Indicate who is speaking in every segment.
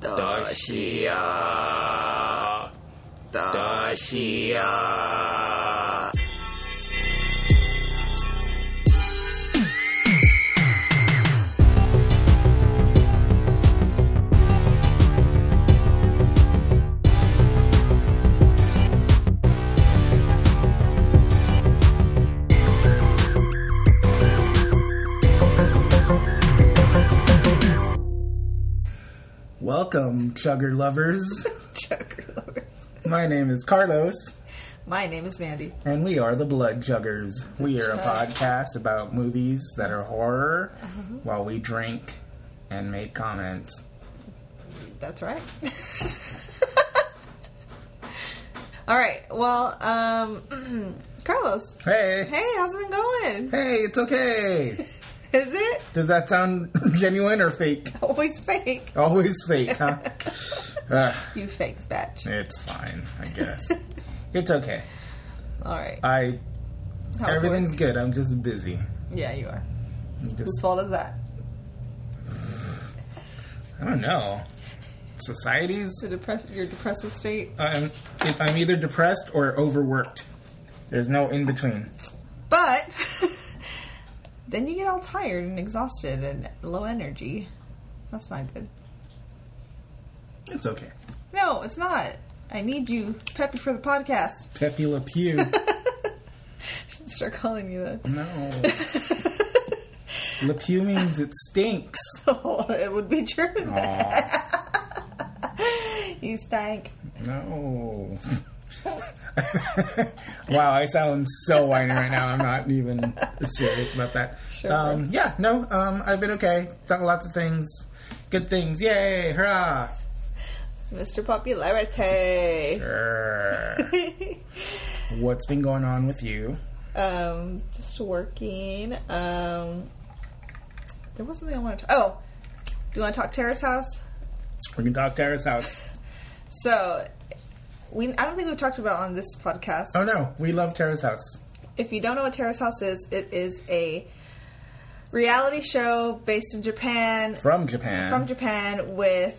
Speaker 1: だしやだしや
Speaker 2: welcome chugger lovers
Speaker 3: Chugger lovers.
Speaker 2: my name is carlos
Speaker 3: My name is Mandy.
Speaker 2: and we are the blood juggers we are a podcast about movies that are horror while we drink and make comments
Speaker 3: That's right. All right. Well, um, Carlos.
Speaker 2: hey
Speaker 3: Hey, how's it been going?
Speaker 2: hey it's okay
Speaker 3: Is it
Speaker 2: Did that sound genuine or fake?
Speaker 3: always fake?
Speaker 2: Always fake, huh? Ugh,
Speaker 3: You fake batch.
Speaker 2: it's fine, I guess. It's okay.
Speaker 3: All right.
Speaker 2: I
Speaker 3: How's it?
Speaker 2: everything's good. I'm just busy.
Speaker 3: Yeah, you are.
Speaker 2: I'm
Speaker 3: Whose
Speaker 2: just
Speaker 3: fault is that?
Speaker 2: I don't know. Societies.
Speaker 3: The depress- your depressive state.
Speaker 2: I'm if I'm either depressed or overworked. There's no in between.
Speaker 3: But then you get all tired and exhausted and low energy. That's not good.
Speaker 2: It's okay.
Speaker 3: No, it's not. I need you peppy for the podcast.
Speaker 2: Pepe Le Pew.
Speaker 3: Should start calling you that.
Speaker 2: no. Le Pew means it stinks.
Speaker 3: Oh, it would be true.
Speaker 2: Aw,
Speaker 3: you stank.
Speaker 2: no. wow, I sound so whiny right now. I'm not even serious about that.
Speaker 3: Sure.
Speaker 2: Um, yeah, no, um, I've been okay. Done lots of things. Good things. Yay, hurrah.
Speaker 3: Mr. Popularity.
Speaker 2: Err. What's been going on with you?
Speaker 3: um, just working. Um, there was something I wanted to. Oh, do you want to talk Terrace House?
Speaker 2: We can talk Tara's house.
Speaker 3: So, we I don't think we've talked about it on this podcast.
Speaker 2: Oh no, we love Tara's house.
Speaker 3: If you don't know what Terrace House is, it is a reality show based in Japan
Speaker 2: From Japan.
Speaker 3: from Japan with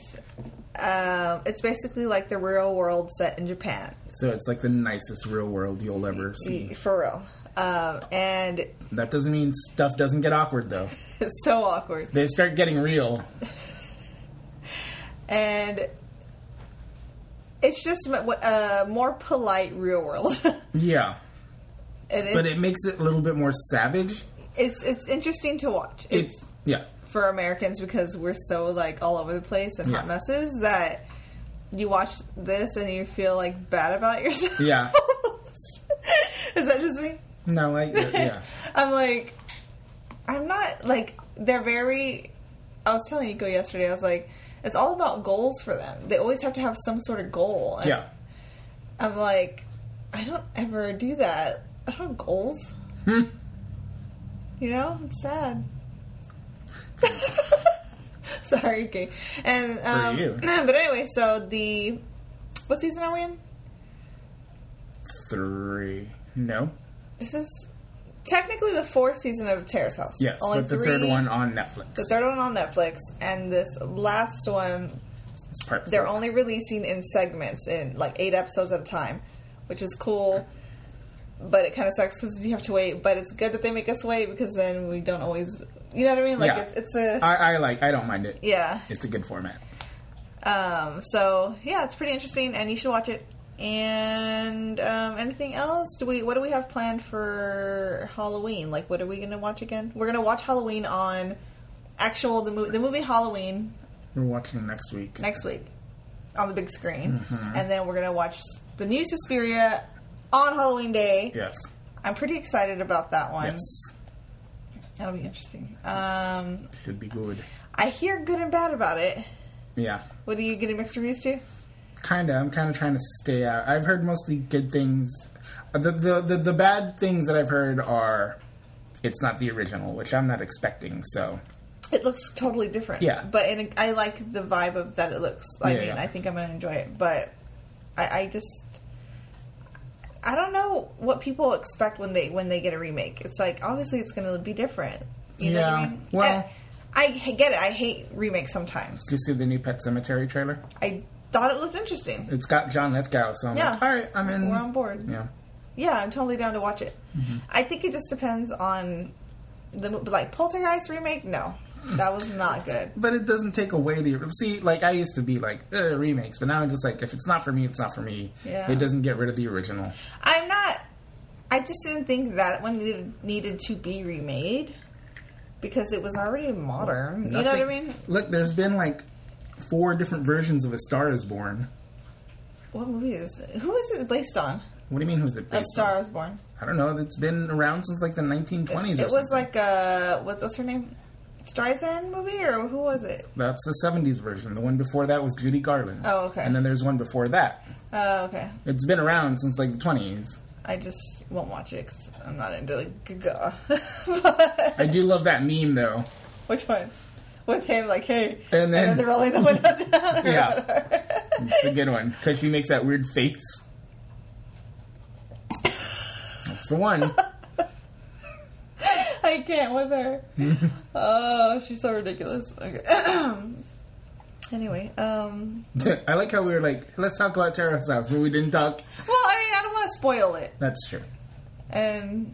Speaker 3: um, it's basically like the real world set in Japan
Speaker 2: so it's like the nicest real world you'll ever see.
Speaker 3: for real um, and
Speaker 2: That doesn't mean stuff doesn't get awkward though.
Speaker 3: it's so awkward
Speaker 2: They start getting real.
Speaker 3: and it's just m- a more polite real world and
Speaker 2: Yeah.
Speaker 3: it's,
Speaker 2: But it makes it a little bit more savage.
Speaker 3: it's it's interesting to watch
Speaker 2: It,
Speaker 3: it's
Speaker 2: yeah.
Speaker 3: for Americans because we're so like all over the place and hot
Speaker 2: Yeah.
Speaker 3: messes that you watch this and you feel like bad about yourself
Speaker 2: Yeah.
Speaker 3: is that just me
Speaker 2: No, like yeah.
Speaker 3: I'm like, I'm not like they're very. I was telling Nico yesterday. I was like, it's all about goals for them. They always have to have some sort of goal. And
Speaker 2: Yeah.
Speaker 3: I'm like, I don't ever do that. I don't have goals.
Speaker 2: Hmm.
Speaker 3: You know, it's sad. Sorry, okay. And um,
Speaker 2: you.
Speaker 3: but anyway, so the what season are we in?
Speaker 2: Three. No.
Speaker 3: This is technically the fourth season of Terrace House.
Speaker 2: Yes,
Speaker 3: Only
Speaker 2: but the
Speaker 3: three-
Speaker 2: third one on Netflix.
Speaker 3: The third one on Netflix, and this last one,
Speaker 2: It's part
Speaker 3: they're
Speaker 2: four.
Speaker 3: only releasing in segments, in like eight episodes at a time, which is cool. But it kind of sucks because you have to wait. But it's good that they make us wait because then we don't always, you know what I mean? Like
Speaker 2: Yeah. Uh,
Speaker 3: it's, it's a
Speaker 2: I, I like. I don't mind it.
Speaker 3: yeah.
Speaker 2: It's a good format.
Speaker 3: Um, so yeah, it's pretty interesting, and you should watch it. And um, anything else? Do we? What do we have planned for Halloween? Like, what are we gonna watch again? We're gonna watch Halloween on actual the movie, the movie Halloween
Speaker 2: We're watching next week.
Speaker 3: next week on the big screen, and then we're gonna watch the new Suspiria on Halloween Day.
Speaker 2: Yes.
Speaker 3: I'm pretty excited about that one.
Speaker 2: Yes.
Speaker 3: That'll be interesting. Um,
Speaker 2: Should be good.
Speaker 3: I hear good and bad about it.
Speaker 2: Yeah.
Speaker 3: What are you getting mixed reviews to?
Speaker 2: Kinda. I'm kinda trying to stay out. I've heard mostly good things. Uh, The the the, the bad things that I've heard are. It's not the original, which I'm not expecting. So
Speaker 3: It looks totally different.
Speaker 2: Yeah.
Speaker 3: But in a, I like the vibe of that it looks. I
Speaker 2: Yeah,
Speaker 3: mean,
Speaker 2: yeah.
Speaker 3: I think I'm going to enjoy it. But I, I just. I don't know what people expect when they when they get a remake. It's like obviously it's going to be different. You know what I
Speaker 2: Yeah.
Speaker 3: mean?
Speaker 2: Well-
Speaker 3: Eh, I h- get it. I hate remakes sometimes.
Speaker 2: you see the new Pet Cemetery trailer?
Speaker 3: I thought it looked interesting.
Speaker 2: It's got John Lithgow, so I'm like,
Speaker 3: Yeah.
Speaker 2: all right, I'm in.
Speaker 3: We're on board.
Speaker 2: Yeah. Mm-hmm.
Speaker 3: Yeah, I'm totally down to watch it. I think it just depends on the mo- like Poltergeist remake. No, that was not good.
Speaker 2: But it doesn't take away the see. Like I used to be like "Ugh, remakes, but now I'm just like, if it's not for me, it's not for me.
Speaker 3: Yeah.
Speaker 2: It doesn't get rid of the original.
Speaker 3: I'm not. I just didn't think that one needed, needed to be remade because it was already modern. You know what I
Speaker 2: Nothing-
Speaker 3: mean?
Speaker 2: Look, there's been like four different versions of A Star Is Born.
Speaker 3: What movie is it? Who is it based on?
Speaker 2: What do you mean? Who's it
Speaker 3: A
Speaker 2: based
Speaker 3: Star
Speaker 2: on?
Speaker 3: Is Born.
Speaker 2: I don't know. It's been around since like the 1920s.
Speaker 3: It
Speaker 2: or
Speaker 3: was
Speaker 2: something.
Speaker 3: like uh, what's, what's her name? Streisand movie or who was it?
Speaker 2: that's the 70s version. The one before that was Judy Garland.
Speaker 3: Oh, okay.
Speaker 2: And then there's one before that.
Speaker 3: Oh, okay.
Speaker 2: It's been around since like the 20s.
Speaker 3: I just won't watch it because I'm not into like Gaga.
Speaker 2: I do love that meme though.
Speaker 3: Which one? With him, like, hey,
Speaker 2: And
Speaker 3: and
Speaker 2: then-
Speaker 3: then they're rolling the window down. or
Speaker 2: Yeah.
Speaker 3: whatever.
Speaker 2: It's a good one because she makes that weird face. That's the one.
Speaker 3: I can't with her. oh, she's so ridiculous. Okay. anyway, um,
Speaker 2: I like how we were like, let's talk about Terrace House, but we didn't talk.
Speaker 3: well, I mean, I don't want to spoil it,
Speaker 2: That's true.
Speaker 3: and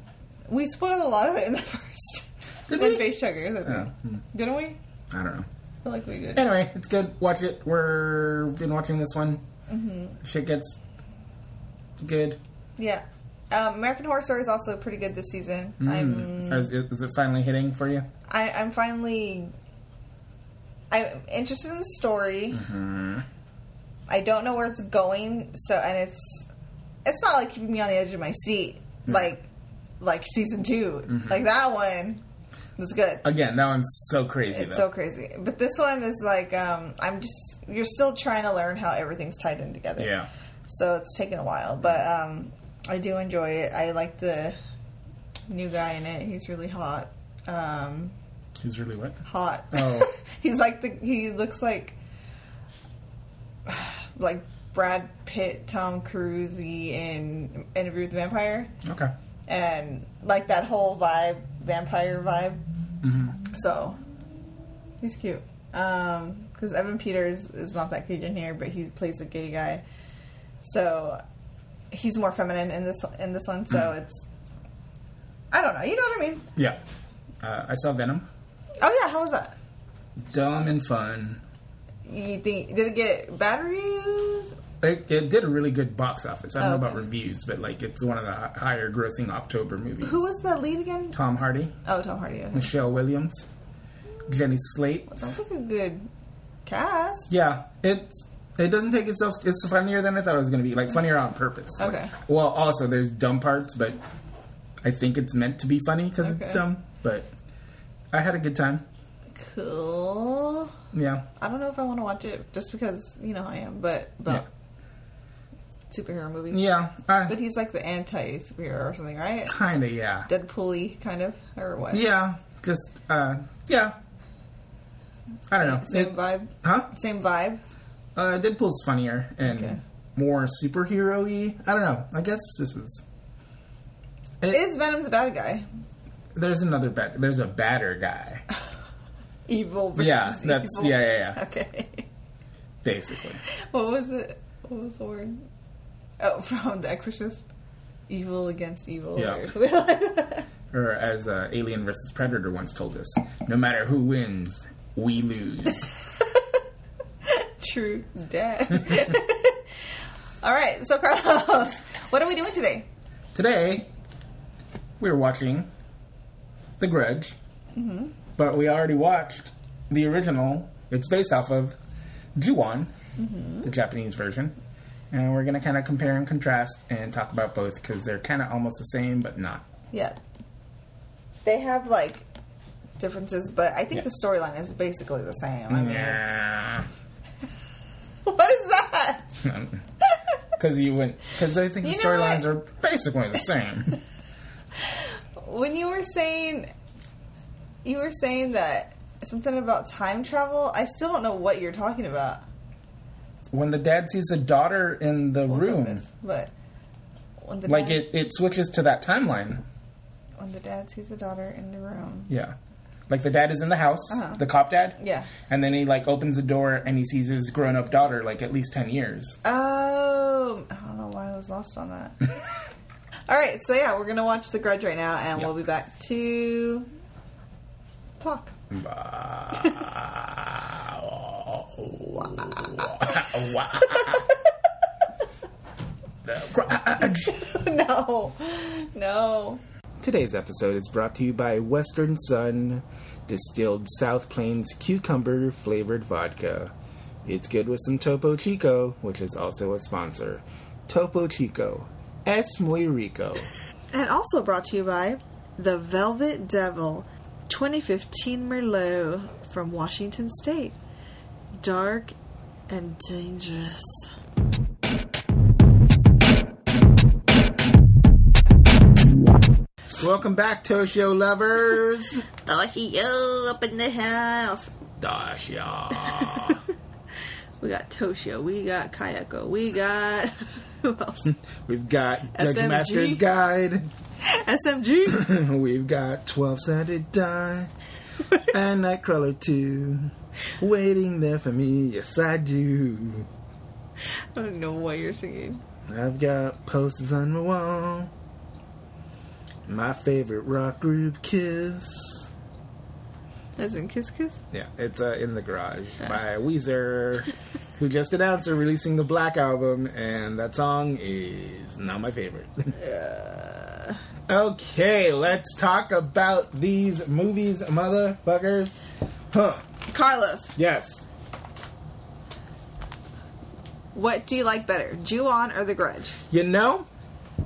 Speaker 3: we spoiled a lot of it in the first.
Speaker 2: Did
Speaker 3: in
Speaker 2: we?
Speaker 3: Face Sugars, I think. Didn't we? I
Speaker 2: Hmm. I don't know.
Speaker 3: feel like we did.
Speaker 2: Anyway, it's good. Watch it. We're been watching this one.
Speaker 3: Mm-hmm.
Speaker 2: Shit gets good.
Speaker 3: Yeah. Um, American Horror Story is also pretty good this season.
Speaker 2: Hmm.
Speaker 3: I'm
Speaker 2: Is, it- is it finally hitting for you?
Speaker 3: I, I'm finally. I'm interested in the
Speaker 2: Hmm.
Speaker 3: story.
Speaker 2: Mm-hmm.
Speaker 3: I don't know where it's going, so and it's it's not like keeping me on the edge of my seat,
Speaker 2: Mm-hmm.
Speaker 3: like like season 2 like that one was good.
Speaker 2: Again, that one's so crazy
Speaker 3: It's so
Speaker 2: though.
Speaker 3: crazy, but this one is like um, I'm just you're still trying to learn how everything's tied in together.
Speaker 2: yeah.
Speaker 3: so it's taken a while, but um, I do enjoy it. I like the new guy in it. He's really hot. Um,
Speaker 2: He's really what?
Speaker 3: hot.
Speaker 2: Oh.
Speaker 3: he's like the he looks like like Brad Pitt, Tom Cruise in Interview with the Vampire,
Speaker 2: Okay.
Speaker 3: and like that whole vibe, vampire vibe. So he's cute. Um, because Evan Peters is not that cute in here, but he plays a gay guy, so he's more feminine in this in this one. So it's I don't know. You know what I mean?
Speaker 2: Yeah. Uh, I saw Venom.
Speaker 3: Oh yeah, how was that?
Speaker 2: Dumb and fun.
Speaker 3: You think did it get bad reviews?
Speaker 2: It, it did a really good box office. I don't know about
Speaker 3: Okay.
Speaker 2: reviews, but like it's one of the hi- higher grossing October movies.
Speaker 3: Who was the lead again?
Speaker 2: Tom Hardy,
Speaker 3: Oh, Tom Hardy. okay.
Speaker 2: Michelle Williams, Jenny Slate.
Speaker 3: Sounds like a good cast.
Speaker 2: Yeah, it's it doesn't take itself. It's funnier than I thought it was going to be. Like funnier on purpose. Like,
Speaker 3: Okay.
Speaker 2: well, also there's dumb parts, but I think it's meant to be funny because it's
Speaker 3: Okay.
Speaker 2: dumb. But I had a good time.
Speaker 3: Cool.
Speaker 2: Yeah.
Speaker 3: I don't know if I want to watch it just because you know I am, but but superhero movies.
Speaker 2: Yeah.
Speaker 3: But
Speaker 2: I
Speaker 3: he's like the anti superhero or something, right?
Speaker 2: kind of yeah.
Speaker 3: Deadpool-y kind of or what?
Speaker 2: Yeah. Just uh. Yeah. I don't know.
Speaker 3: Same
Speaker 2: It-
Speaker 3: vibe.
Speaker 2: huh?
Speaker 3: Same vibe.
Speaker 2: Uh, Deadpool's funnier and
Speaker 3: Okay.
Speaker 2: more superhero-y. I don't know. I guess this is. It-
Speaker 3: Is Venom the bad guy?
Speaker 2: there's another bad. There's a badder guy.
Speaker 3: Evil. versus
Speaker 2: Yeah, that's
Speaker 3: evil.
Speaker 2: yeah, yeah, yeah.
Speaker 3: Okay.
Speaker 2: Basically,
Speaker 3: What was it? What was the word? Oh, from The Exorcist. Evil against evil,
Speaker 2: Yeah.
Speaker 3: or something like that.
Speaker 2: or as uh, Alien versus Predator once told us, no matter who wins, we lose.
Speaker 3: True dad. All right, so Carlos, what are we doing today?
Speaker 2: Today, we're watching The Grudge,
Speaker 3: Mm-hmm.
Speaker 2: but we already watched the original. It's based off of Ju-on,
Speaker 3: Mm-hmm.
Speaker 2: the Japanese version. And we're going to kind of compare and contrast and talk about both because they're kind of almost the same, but not.
Speaker 3: Yeah, they have like differences, but I think
Speaker 2: Yeah.
Speaker 3: the storyline is basically the same. I mean,
Speaker 2: Yeah.
Speaker 3: it's- what is that?
Speaker 2: Because you went. Because I think
Speaker 3: You
Speaker 2: the
Speaker 3: know
Speaker 2: storylines
Speaker 3: what?
Speaker 2: are basically the same.
Speaker 3: When you were saying, you were saying that something about time travel. I still don't know what you're talking about.
Speaker 2: when the dad sees a daughter in the room,
Speaker 3: Oh, Goodness, but when the
Speaker 2: like
Speaker 3: dad,
Speaker 2: it, it switches to that timeline.
Speaker 3: when the dad sees the daughter in the room.
Speaker 2: Yeah. Like the dad is in the house,
Speaker 3: Uh-huh.
Speaker 2: the cop dad.
Speaker 3: Yeah.
Speaker 2: And then he like opens the door and he sees his grown up daughter, like at least ten years.
Speaker 3: Oh, I don't know why I was lost on that. All right, so yeah, we're gonna watch The Grudge right now, and
Speaker 2: Yeah.
Speaker 3: we'll be back to talk. ah.
Speaker 2: Mm.
Speaker 3: no, no.
Speaker 2: Today's episode is brought to you by Western Sun Distilled South Plains Cucumber Flavored Vodka. It's good with some Topo Chico, which is also a sponsor. Topo Chico. Es muy rico.
Speaker 3: And also brought to you by The Velvet Devil 2015 Merlot from Washington State. Dark and dangerous.
Speaker 2: Welcome back, Toshio lovers.
Speaker 3: Toshi, yo, up in the house.
Speaker 2: Dasha.
Speaker 3: We got Toshio, we got Kayako, we got. Who else?
Speaker 2: We've got Dungeon
Speaker 3: SMG.
Speaker 2: Master's Guide.
Speaker 3: SMG.
Speaker 2: We've got 12 sided die and Nightcrawler 2 waiting there for me. Yes, I do.
Speaker 3: I don't know what you're singing.
Speaker 2: I've got posters on my wall. My favorite rock group, Kiss.
Speaker 3: As in Kiss Kiss?
Speaker 2: Yeah, it's uh, in the garage by Weezer, who just announced they're releasing the Black album, and that song is not my favorite. Okay, let's talk about these movies, motherfuckers. Huh?
Speaker 3: Carlos,
Speaker 2: Yes,
Speaker 3: what do you like better, Ju-on or The Grudge?
Speaker 2: you know,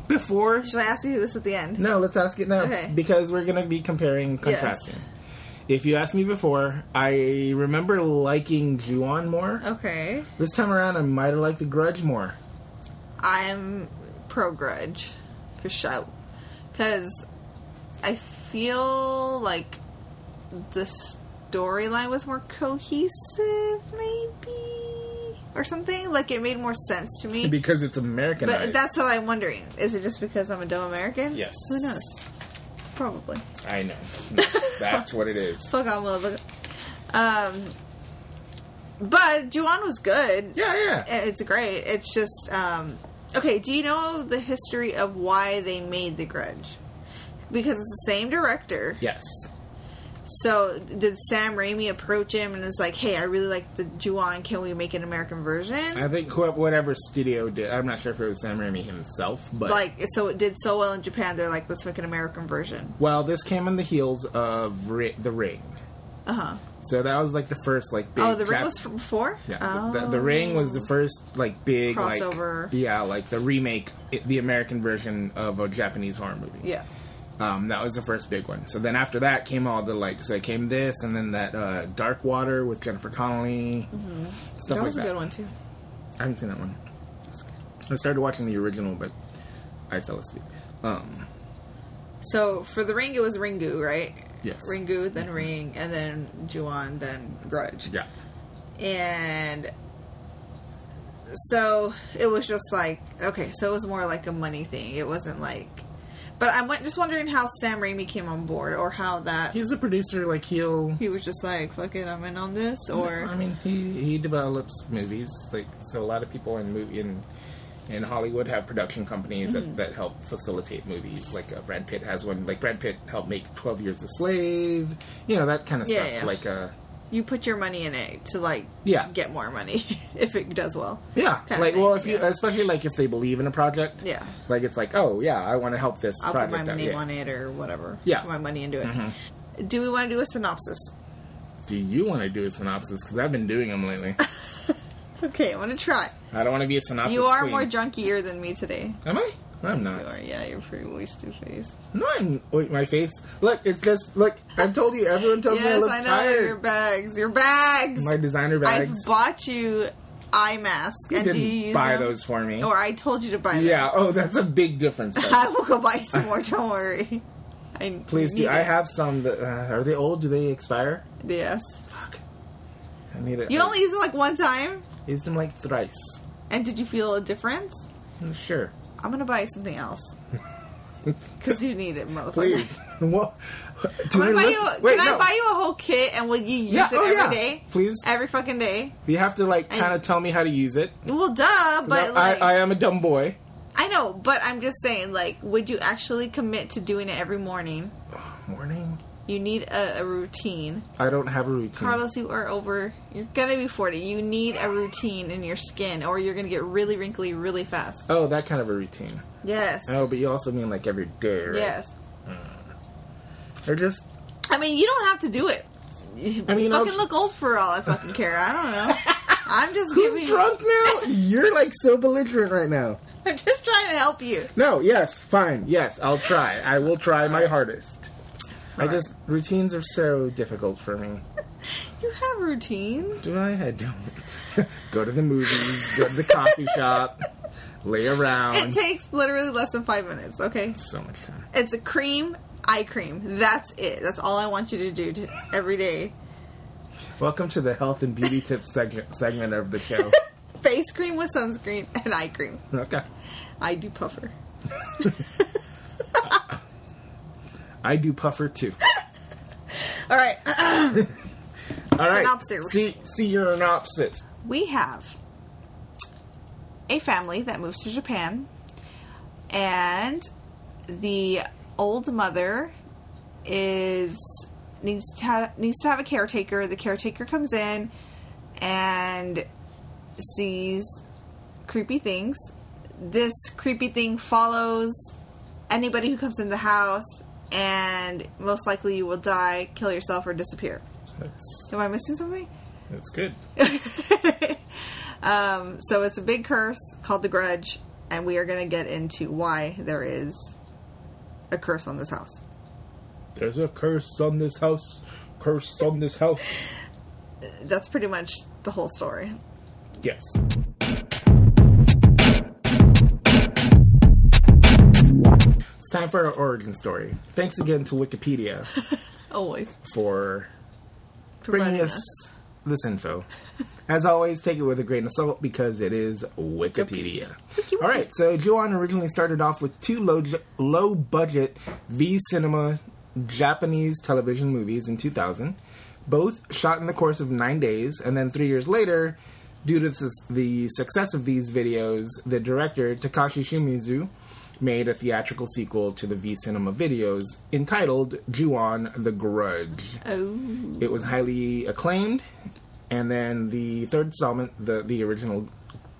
Speaker 2: before
Speaker 3: Should I ask you this at the end?
Speaker 2: No, let's ask it now
Speaker 3: Okay.
Speaker 2: because we're gonna be comparing contrasting. If you asked me before, I remember liking Juon more.
Speaker 3: Oh. Okay.
Speaker 2: This time around, I might have liked The Grudge more.
Speaker 3: I'm pro grudge for show because I feel like the storyline was more cohesive, maybe or something. Like it made more sense to me.
Speaker 2: Because it's American.
Speaker 3: but that's what I'm wondering. Is it just because I'm a dumb American?
Speaker 2: Yes.
Speaker 3: Who knows? Probably.
Speaker 2: I know. That's what it is.
Speaker 3: Fuck on love. Um, but Juan was good.
Speaker 2: Yeah, yeah.
Speaker 3: It's great. It's just um, okay. Do you know the history of why they made The Grudge? Because it's the same director.
Speaker 2: Yes.
Speaker 3: So did Sam Raimi approach him and is like, "Hey, I really like the Juan. Can we make an American version?"
Speaker 2: I think wh- whatever studio did, I'm not sure if it was Sam Raimi himself, but
Speaker 3: like, so it did so well in Japan. They're like, "Let's make an American version."
Speaker 2: well, this came on the heels of Ri- The Ring.
Speaker 3: Uh huh.
Speaker 2: So that was like the first like big.
Speaker 3: Oh, the ring
Speaker 2: Jap-
Speaker 3: was from before.
Speaker 2: Yeah,
Speaker 3: Oh.
Speaker 2: the, the, the Ring was the first like big like,
Speaker 3: Crossover.
Speaker 2: yeah, like the remake, it, the American version of a Japanese horror movie.
Speaker 3: Oh. Yeah.
Speaker 2: um, that was the first big one. So then after that came all the like, so it came this, and then that uh, Dark Water with Jennifer Connelly, stuff
Speaker 3: Mm-hmm. That was a
Speaker 2: like that.
Speaker 3: good one too.
Speaker 2: I haven't seen that one. I started watching the original, but I fell asleep. Um,
Speaker 3: So for the ring, it was Ringu, right?
Speaker 2: Yes.
Speaker 3: Ringu, then Ring, and then Juan, then Grudge.
Speaker 2: yeah,
Speaker 3: and so it was just like okay so it was more like a money thing it wasn't like but i'm wa- just wondering how sam raimi came on board or how that
Speaker 2: he's a producer. Like he'll,
Speaker 3: he was just like fuck it i'm in on this
Speaker 2: Mm-hmm.
Speaker 3: or
Speaker 2: I mean, he he develops movies. Like so, a lot of people in movie in in Hollywood have production companies
Speaker 3: Mm-hmm.
Speaker 2: that, that help facilitate movies. Like uh, Brad Pitt has one. Like Brad Pitt helped make Twelve Years a Slave. You know that kind of
Speaker 3: Yeah,
Speaker 2: stuff.
Speaker 3: yeah.
Speaker 2: Like uh.
Speaker 3: you put your money in it to like
Speaker 2: Yeah.
Speaker 3: get more money if it does well
Speaker 2: Yeah,
Speaker 3: Kinda
Speaker 2: like
Speaker 3: thing,
Speaker 2: well, if you
Speaker 3: yeah.
Speaker 2: especially like if they believe in a project,
Speaker 3: Yeah.
Speaker 2: like it's like oh yeah, I want to help this
Speaker 3: i'll put
Speaker 2: project
Speaker 3: my
Speaker 2: out.
Speaker 3: name
Speaker 2: yeah.
Speaker 3: on it or whatever
Speaker 2: Yeah. Mm-hmm.
Speaker 3: put my money into it do we want to do a synopsis
Speaker 2: Do you want to do a synopsis? Because I've been doing them lately.
Speaker 3: okay i'm gonna try
Speaker 2: I don't want to be a synopsis.
Speaker 3: you are
Speaker 2: queen.
Speaker 3: more drunkier than me today
Speaker 2: Am I? I'm
Speaker 3: you
Speaker 2: not.
Speaker 3: are yeah you're pretty wasted face
Speaker 2: No, I'm. Wait, my face. Look, it's just look. I've told you. Everyone tells me I
Speaker 3: Yes,
Speaker 2: look
Speaker 3: I, know your
Speaker 2: tired.
Speaker 3: bags. Your bags.
Speaker 2: My designer bags.
Speaker 3: I bought you eye masks.
Speaker 2: You
Speaker 3: and
Speaker 2: didn't
Speaker 3: do you use
Speaker 2: buy
Speaker 3: them?
Speaker 2: those for me.
Speaker 3: Or I told you to buy them.
Speaker 2: yeah. Oh, that's a big difference. though.
Speaker 3: I will go buy some more. Don't worry. I
Speaker 2: Please
Speaker 3: need
Speaker 2: do. I
Speaker 3: it.
Speaker 2: have some. That, uh, are they old? Do they expire?
Speaker 3: Yes.
Speaker 2: Fuck. I need it.
Speaker 3: You only used it like one time,
Speaker 2: used them like thrice. Mm,
Speaker 3: and did you feel a difference?
Speaker 2: Sure.
Speaker 3: I'm gonna buy you something else. Because you need it, motherfucker.
Speaker 2: Please. well, do
Speaker 3: Can I,
Speaker 2: I
Speaker 3: buy
Speaker 2: look-
Speaker 3: you,
Speaker 2: Wait,
Speaker 3: can I
Speaker 2: no.
Speaker 3: buy you a whole kit and will you use
Speaker 2: Yeah,
Speaker 3: it
Speaker 2: oh,
Speaker 3: every day?
Speaker 2: yeah. Please.
Speaker 3: Every fucking day?
Speaker 2: You have to like kind of tell me how to use it.
Speaker 3: Well, duh, but
Speaker 2: No,
Speaker 3: like.
Speaker 2: I, I am a dumb boy.
Speaker 3: I know, but I'm just saying, like, would you actually commit to doing it every morning?
Speaker 2: Morning.
Speaker 3: You need a, a routine.
Speaker 2: I don't have a routine.
Speaker 3: Carlos, you are over. You're gonna be 40. You need a routine in your skin, or you're gonna get really wrinkly really fast.
Speaker 2: Oh, that kind of a routine.
Speaker 3: Yes.
Speaker 2: Oh, but you also mean like every day, right?
Speaker 3: Yes.
Speaker 2: Or just
Speaker 3: I mean, you don't have to do it. You
Speaker 2: I mean,
Speaker 3: fucking
Speaker 2: I'll-
Speaker 3: look old for all I fucking care. I don't know. I'm just
Speaker 2: who's
Speaker 3: giving-
Speaker 2: drunk now? You're like so belligerent right now.
Speaker 3: I'm just trying to help you.
Speaker 2: No, yes, fine, yes, I'll try. I will try my hardest. I just routines are so difficult for me.
Speaker 3: You have routines.
Speaker 2: Do I? I don't. go to the movies. Go to the coffee shop. Lay
Speaker 3: It
Speaker 2: around.
Speaker 3: takes literally less than five minutes. Okay.
Speaker 2: so much fun.
Speaker 3: It's a cream, eye cream. That's it. That's all I want you to do to, every day.
Speaker 2: Welcome to the health and beauty tip segment segment of the show.
Speaker 3: Face cream with sunscreen and eye cream.
Speaker 2: Okay.
Speaker 3: I do puffer.
Speaker 2: I do puffer too.
Speaker 3: All right.
Speaker 2: All right.
Speaker 3: Synopsis.
Speaker 2: See, see your synopsis.
Speaker 3: we have a family that moves to Japan, and the old mother is needs to ha- needs to have a caretaker. The caretaker comes in and sees creepy things. This creepy thing follows anybody who comes in the house, and most likely you will die, kill yourself, or disappear.
Speaker 2: That's
Speaker 3: Am I missing something?
Speaker 2: that's good.
Speaker 3: um, so it's a big curse called the Grudge, and we are going to get into why there is a curse on this house.
Speaker 2: There's a curse on this house. Curse on this house.
Speaker 3: That's pretty much the whole story.
Speaker 2: Yes. It's time for our origin story. Thanks again to Wikipedia
Speaker 3: Always
Speaker 2: for bringing us this info. As always, take it with a grain of salt because it is Wikipedia. All right, so Juon originally started off with two low low budget V cinema Japanese television movies in 2000, both shot in the course of nine days, and then three years later, due to the- the success of these videos, the director Takashi Shimizu made a theatrical sequel to the V cinema videos entitled Juon: The Grudge.
Speaker 3: Oh,
Speaker 2: It was highly acclaimed, and then the third installment, the the original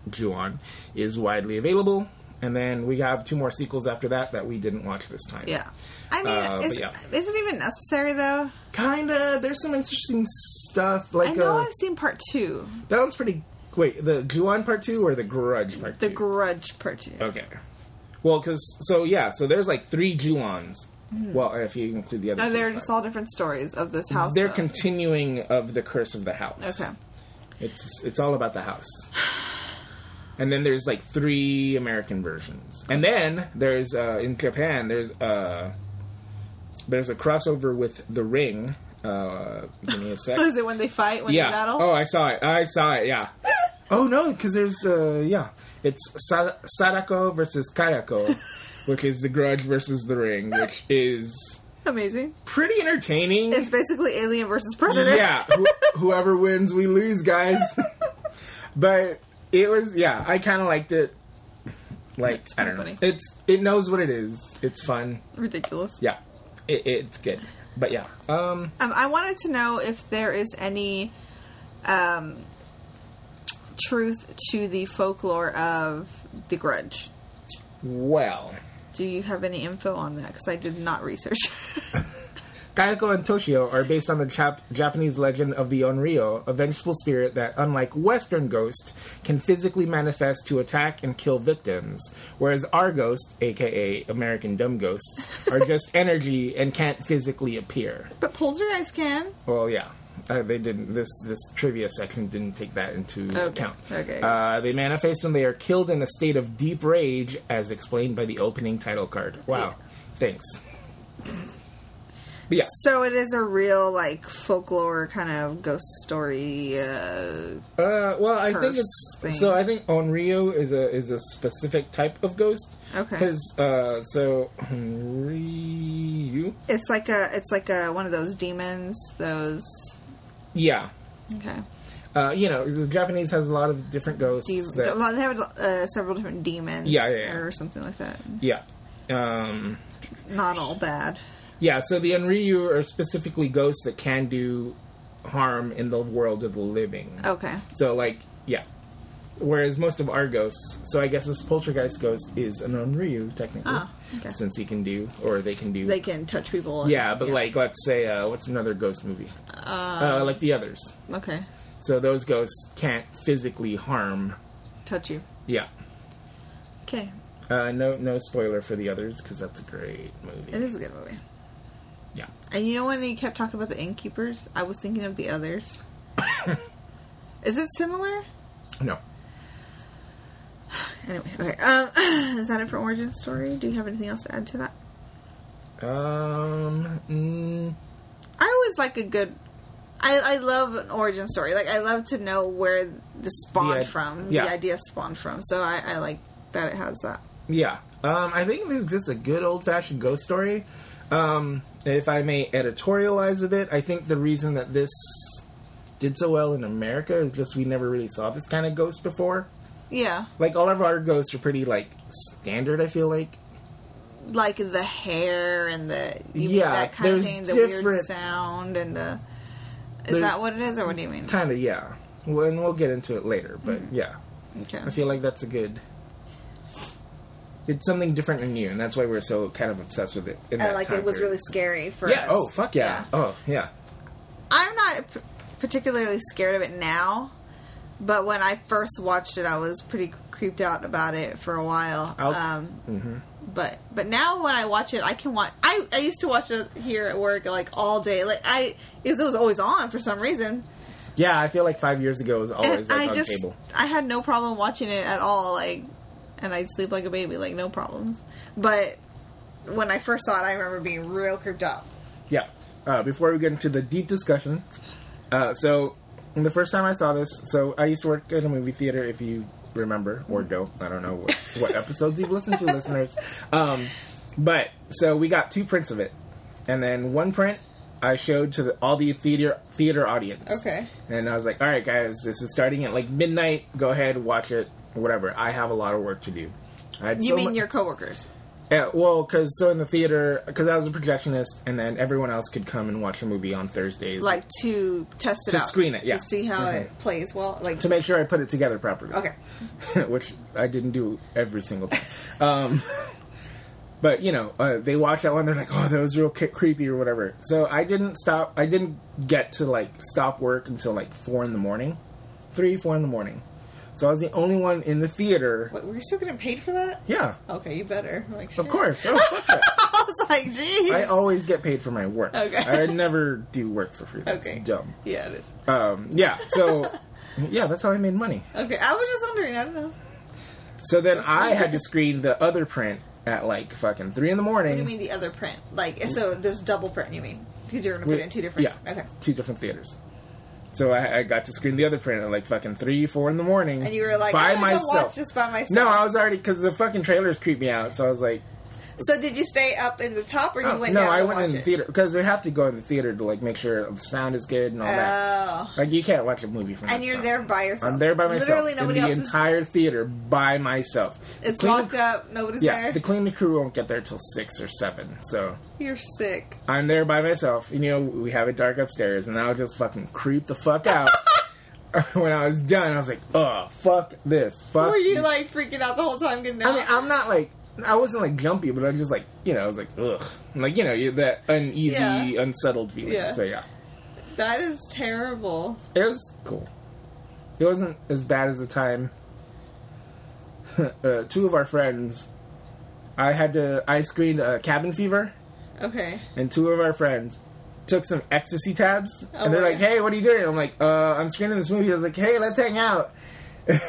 Speaker 2: Juon, is widely available. And then we have two more sequels after that that we didn't watch this time.
Speaker 3: yeah. I mean,
Speaker 2: Uh, but
Speaker 3: is,
Speaker 2: yeah.
Speaker 3: is it even necessary though?
Speaker 2: kinda. There's some interesting stuff
Speaker 3: I
Speaker 2: like
Speaker 3: know
Speaker 2: uh,
Speaker 3: I've seen part two,
Speaker 2: that one's pretty. Wait, the Juon part two or the Grudge part
Speaker 3: the
Speaker 2: two? Oh,
Speaker 3: Grudge part two.
Speaker 2: okay. Well, because so yeah, so there's like three Juons. Well, if you include the other,
Speaker 3: Hmm. No, they're
Speaker 2: two,
Speaker 3: just all different stories of this house.
Speaker 2: they're
Speaker 3: though.
Speaker 2: continuing of the curse of the house.
Speaker 3: okay.
Speaker 2: It's it's all about the house. And then there's like three American versions. And then there's uh, in Japan there's uh there's a crossover with The Ring. Uh, give me a sec.
Speaker 3: Is it when they fight when
Speaker 2: yeah.
Speaker 3: they battle?
Speaker 2: Oh, I saw it. I saw it. Yeah. oh no, because there's uh yeah, it's Sa- Sadako versus Kayako, which is The Grudge versus The Ring, which is
Speaker 3: Amazing.
Speaker 2: pretty entertaining.
Speaker 3: It's basically Alien versus Predator.
Speaker 2: Yeah, who, whoever wins, we lose, guys. but it was yeah, I kind of liked it. Like
Speaker 3: It's
Speaker 2: I don't know,
Speaker 3: funny.
Speaker 2: it's it knows what it is. It's fun.
Speaker 3: Ridiculous.
Speaker 2: Yeah, it, it's good. But yeah, um,
Speaker 3: Um, I wanted to know if there is any um, truth to the folklore of the Grudge.
Speaker 2: well,
Speaker 3: Do you have any info on that? Because I did not research.
Speaker 2: Kayako and Toshio are based on the Jap- Japanese legend of the Onryo, a vengeful spirit that, unlike Western ghosts, can physically manifest to attack and kill victims, whereas our ghosts, aka American dumb ghosts, are just energy and can't physically appear.
Speaker 3: but poltergeist can.
Speaker 2: Well, yeah, uh, they didn't. This this trivia section didn't take that into account.
Speaker 3: okay.
Speaker 2: Uh, they manifest when they are killed in a state of deep rage, as explained by the opening title card. Wow. Thanks. But yeah,
Speaker 3: So it is a real like folklore kind of ghost story. Uh,
Speaker 2: Uh, well, I think
Speaker 3: curse
Speaker 2: it's
Speaker 3: thing.
Speaker 2: so. I think Onryo is a is a specific type of ghost.
Speaker 3: Okay.
Speaker 2: Because uh, so Onryu,
Speaker 3: it's like a it's like a one of those demons. Those
Speaker 2: yeah,
Speaker 3: okay.
Speaker 2: uh, you know, the Japanese has a lot of different ghosts.
Speaker 3: De-
Speaker 2: that,
Speaker 3: well, they have uh, several different demons.
Speaker 2: Yeah, yeah, yeah.
Speaker 3: or something like that.
Speaker 2: yeah, um,
Speaker 3: Not all bad.
Speaker 2: yeah. So the Onryu are specifically ghosts that can do harm in the world of the living.
Speaker 3: Okay.
Speaker 2: So like yeah. Whereas most of our ghosts, so I guess this poltergeist ghost is an Onryu technically,
Speaker 3: Ah, okay.
Speaker 2: since he can do or they can do
Speaker 3: They can touch people. and-
Speaker 2: Yeah, but like, let's say, uh, what's another ghost movie? Uh, like the others.
Speaker 3: okay,
Speaker 2: So those ghosts can't physically harm.
Speaker 3: touch you.
Speaker 2: Yeah.
Speaker 3: Okay,
Speaker 2: Uh, no, no spoiler for the others because that's a great movie.
Speaker 3: it is a good movie.
Speaker 2: Yeah.
Speaker 3: And you know when you kept talking about the innkeepers, I was thinking of the others. is it similar?
Speaker 2: No.
Speaker 3: Anyway, okay. Um, is that it for origin story? Do you have anything else to add to that?
Speaker 2: Um. mm,
Speaker 3: I always like a good. I, I love an origin story. Like I love to know where the spawned
Speaker 2: The i-
Speaker 3: from,
Speaker 2: yeah.
Speaker 3: the idea spawned from. So I, I like that it has that.
Speaker 2: yeah. Um. I think this is just a good old-fashioned ghost story. Um. If I may editorialize a bit, I think the reason that this did so well in America is just we never really saw this kind of ghost before.
Speaker 3: Yeah,
Speaker 2: Like all of our ghosts are pretty like standard. I feel like
Speaker 3: like the hair and the you
Speaker 2: Yeah,
Speaker 3: that kind of
Speaker 2: there's
Speaker 3: thing, the
Speaker 2: different-
Speaker 3: weird sound and the. Is
Speaker 2: There's-
Speaker 3: that what it is, or what do you mean?
Speaker 2: Kind of, yeah. Well, and we'll get into it later, but
Speaker 3: Mm-hmm.
Speaker 2: yeah,
Speaker 3: Okay.
Speaker 2: I feel like that's a good. It's something different and new, and that's why we're so kind of obsessed with it. In
Speaker 3: And
Speaker 2: that
Speaker 3: like
Speaker 2: time
Speaker 3: it was
Speaker 2: period.
Speaker 3: really scary for
Speaker 2: Yeah.
Speaker 3: us.
Speaker 2: Oh fuck yeah. Oh yeah.
Speaker 3: I'm not p- particularly scared of it now, but when I first watched it, I was pretty creeped out about it for a while.
Speaker 2: I'll-
Speaker 3: um,
Speaker 2: Mm-hmm.
Speaker 3: But but now when I watch it, I can watch. I, I used to watch it here at work like all day. Like I, because it was always on for some reason.
Speaker 2: Yeah, I feel like five years ago it was always
Speaker 3: and
Speaker 2: like
Speaker 3: I
Speaker 2: on
Speaker 3: just
Speaker 2: cable.
Speaker 3: I had no problem watching it at all. Like, and I'd sleep like a baby, like no problems. But when I first saw it, I remember being real creeped out.
Speaker 2: Yeah. Uh, before we get into the deep discussion, uh, so the first time I saw this, so I used to work at a movie theater, if you remember or
Speaker 3: Mm.
Speaker 2: don't. I don't know what, what episodes you've listened to, listeners. Um, but so we got two prints of it, and then one print I showed to the, all the theater theater audience.
Speaker 3: Okay.
Speaker 2: And I was like, all right, guys, this is starting at like midnight. Go ahead, watch it, whatever. I have a lot of work to do. I had
Speaker 3: You
Speaker 2: so
Speaker 3: mean
Speaker 2: mu-
Speaker 3: your coworkers?
Speaker 2: yeah, Eh, well, because so in the theater, because I was a projectionist, and then everyone else could come and watch a movie on Thursdays,
Speaker 3: like to test it
Speaker 2: To
Speaker 3: out,
Speaker 2: screen it, yeah. Mm-hmm.
Speaker 3: to see how it plays well, like
Speaker 2: to make sure I put it together properly.
Speaker 3: Okay,
Speaker 2: which I didn't do every single time. Um, but you know, uh, they watch that one, they're like, "Oh, that was real ki- creepy" or whatever. So I didn't stop. I didn't get to like stop work until like four in the morning, three, four in the morning. So I was the only one in the theater.
Speaker 3: Wait, were you still getting paid for that?
Speaker 2: Yeah,
Speaker 3: Okay, you better. Like,
Speaker 2: of course. Oh, fuck that.
Speaker 3: I was like, geez.
Speaker 2: I always get paid for my work.
Speaker 3: Okay.
Speaker 2: I never do work for free. That's
Speaker 3: Okay.
Speaker 2: dumb.
Speaker 3: yeah, it is.
Speaker 2: Um, yeah, so yeah, that's how I made money.
Speaker 3: Okay, I was just wondering. I don't know.
Speaker 2: So then I
Speaker 3: funny.
Speaker 2: had to screen the other print at like fucking three in the morning.
Speaker 3: What do you mean the other print? Like, so there's double print. You mean because you're gonna put it in two different?
Speaker 2: Yeah,
Speaker 3: Okay.
Speaker 2: two different theaters. So I, I got to screen the other print at like fucking three, four in the morning.
Speaker 3: And you were like,
Speaker 2: by
Speaker 3: I'm gonna
Speaker 2: myself.
Speaker 3: watch this by myself.
Speaker 2: No, I was already because the fucking trailers creep me out. So I was like,
Speaker 3: So did you stay up in the top, or you
Speaker 2: oh,
Speaker 3: went
Speaker 2: no,
Speaker 3: down
Speaker 2: I
Speaker 3: to
Speaker 2: went
Speaker 3: watch
Speaker 2: in the
Speaker 3: it?
Speaker 2: theater because they have to go in the theater to like make sure the sound is good and all that.
Speaker 3: Oh,
Speaker 2: Like you can't watch a movie from
Speaker 3: and
Speaker 2: the
Speaker 3: you're
Speaker 2: top.
Speaker 3: there by yourself.
Speaker 2: I'm there by myself.
Speaker 3: Literally nobody
Speaker 2: in the
Speaker 3: else. is-
Speaker 2: entire theater by myself.
Speaker 3: it's
Speaker 2: The cleaning-
Speaker 3: locked up. Nobody's
Speaker 2: Yeah,
Speaker 3: there.
Speaker 2: the cleaning crew won't get there till six or seven. So
Speaker 3: You're sick.
Speaker 2: I'm there by myself. You know, we have it dark upstairs, and I'll just fucking creep the fuck out. when I was done, I was like, "Oh, fuck this, fuck."
Speaker 3: Were you
Speaker 2: this."
Speaker 3: like freaking out the whole time? Getting out?
Speaker 2: Uh, I mean, I'm not like I wasn't like jumpy, but I was just like, you know, I was like, ugh, like you know, you that uneasy,
Speaker 3: Yeah.
Speaker 2: unsettled feeling.
Speaker 3: Yeah.
Speaker 2: So yeah,
Speaker 3: That is terrible.
Speaker 2: it was cool. It wasn't as bad as the time. uh, two of our friends, I had to. I screened uh, Cabin Fever.
Speaker 3: Okay.
Speaker 2: and two of our friends took some ecstasy tabs
Speaker 3: Oh,
Speaker 2: and they're
Speaker 3: wow.
Speaker 2: like hey what are you doing i'm like uh i'm screening this movie i was like hey let's hang out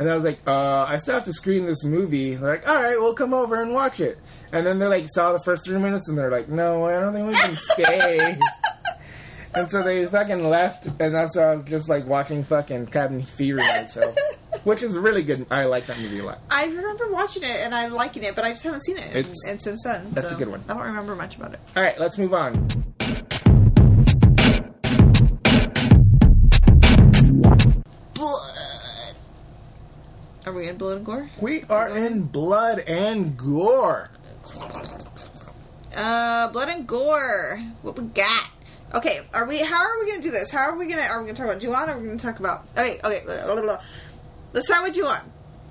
Speaker 2: And I was like, uh, I still have to screen this movie. They're like, all right, we'll come over and watch it. And then they like saw the first three minutes and they're like, no, I don't think we can stay. and so they fucking left. And that's why I was just like watching fucking Cabin Fever myself, which is really good. I like that movie a lot.
Speaker 3: I remember watching it and I'm liking it, but I just haven't seen it, and,
Speaker 2: It's-
Speaker 3: and since then,
Speaker 2: that's a
Speaker 3: so
Speaker 2: good one.
Speaker 3: I don't remember much about it.
Speaker 2: All right, let's move on.
Speaker 3: Blood. Are we in blood and gore?
Speaker 2: We are in blood and gore.
Speaker 3: Uh, blood and gore. What we got? Okay, are we? How are we gonna do this? How are we gonna? Are we gonna talk about Juwan? Or are we gonna talk about? Okay, okay. blah, blah, blah, blah. Let's start with Juwan.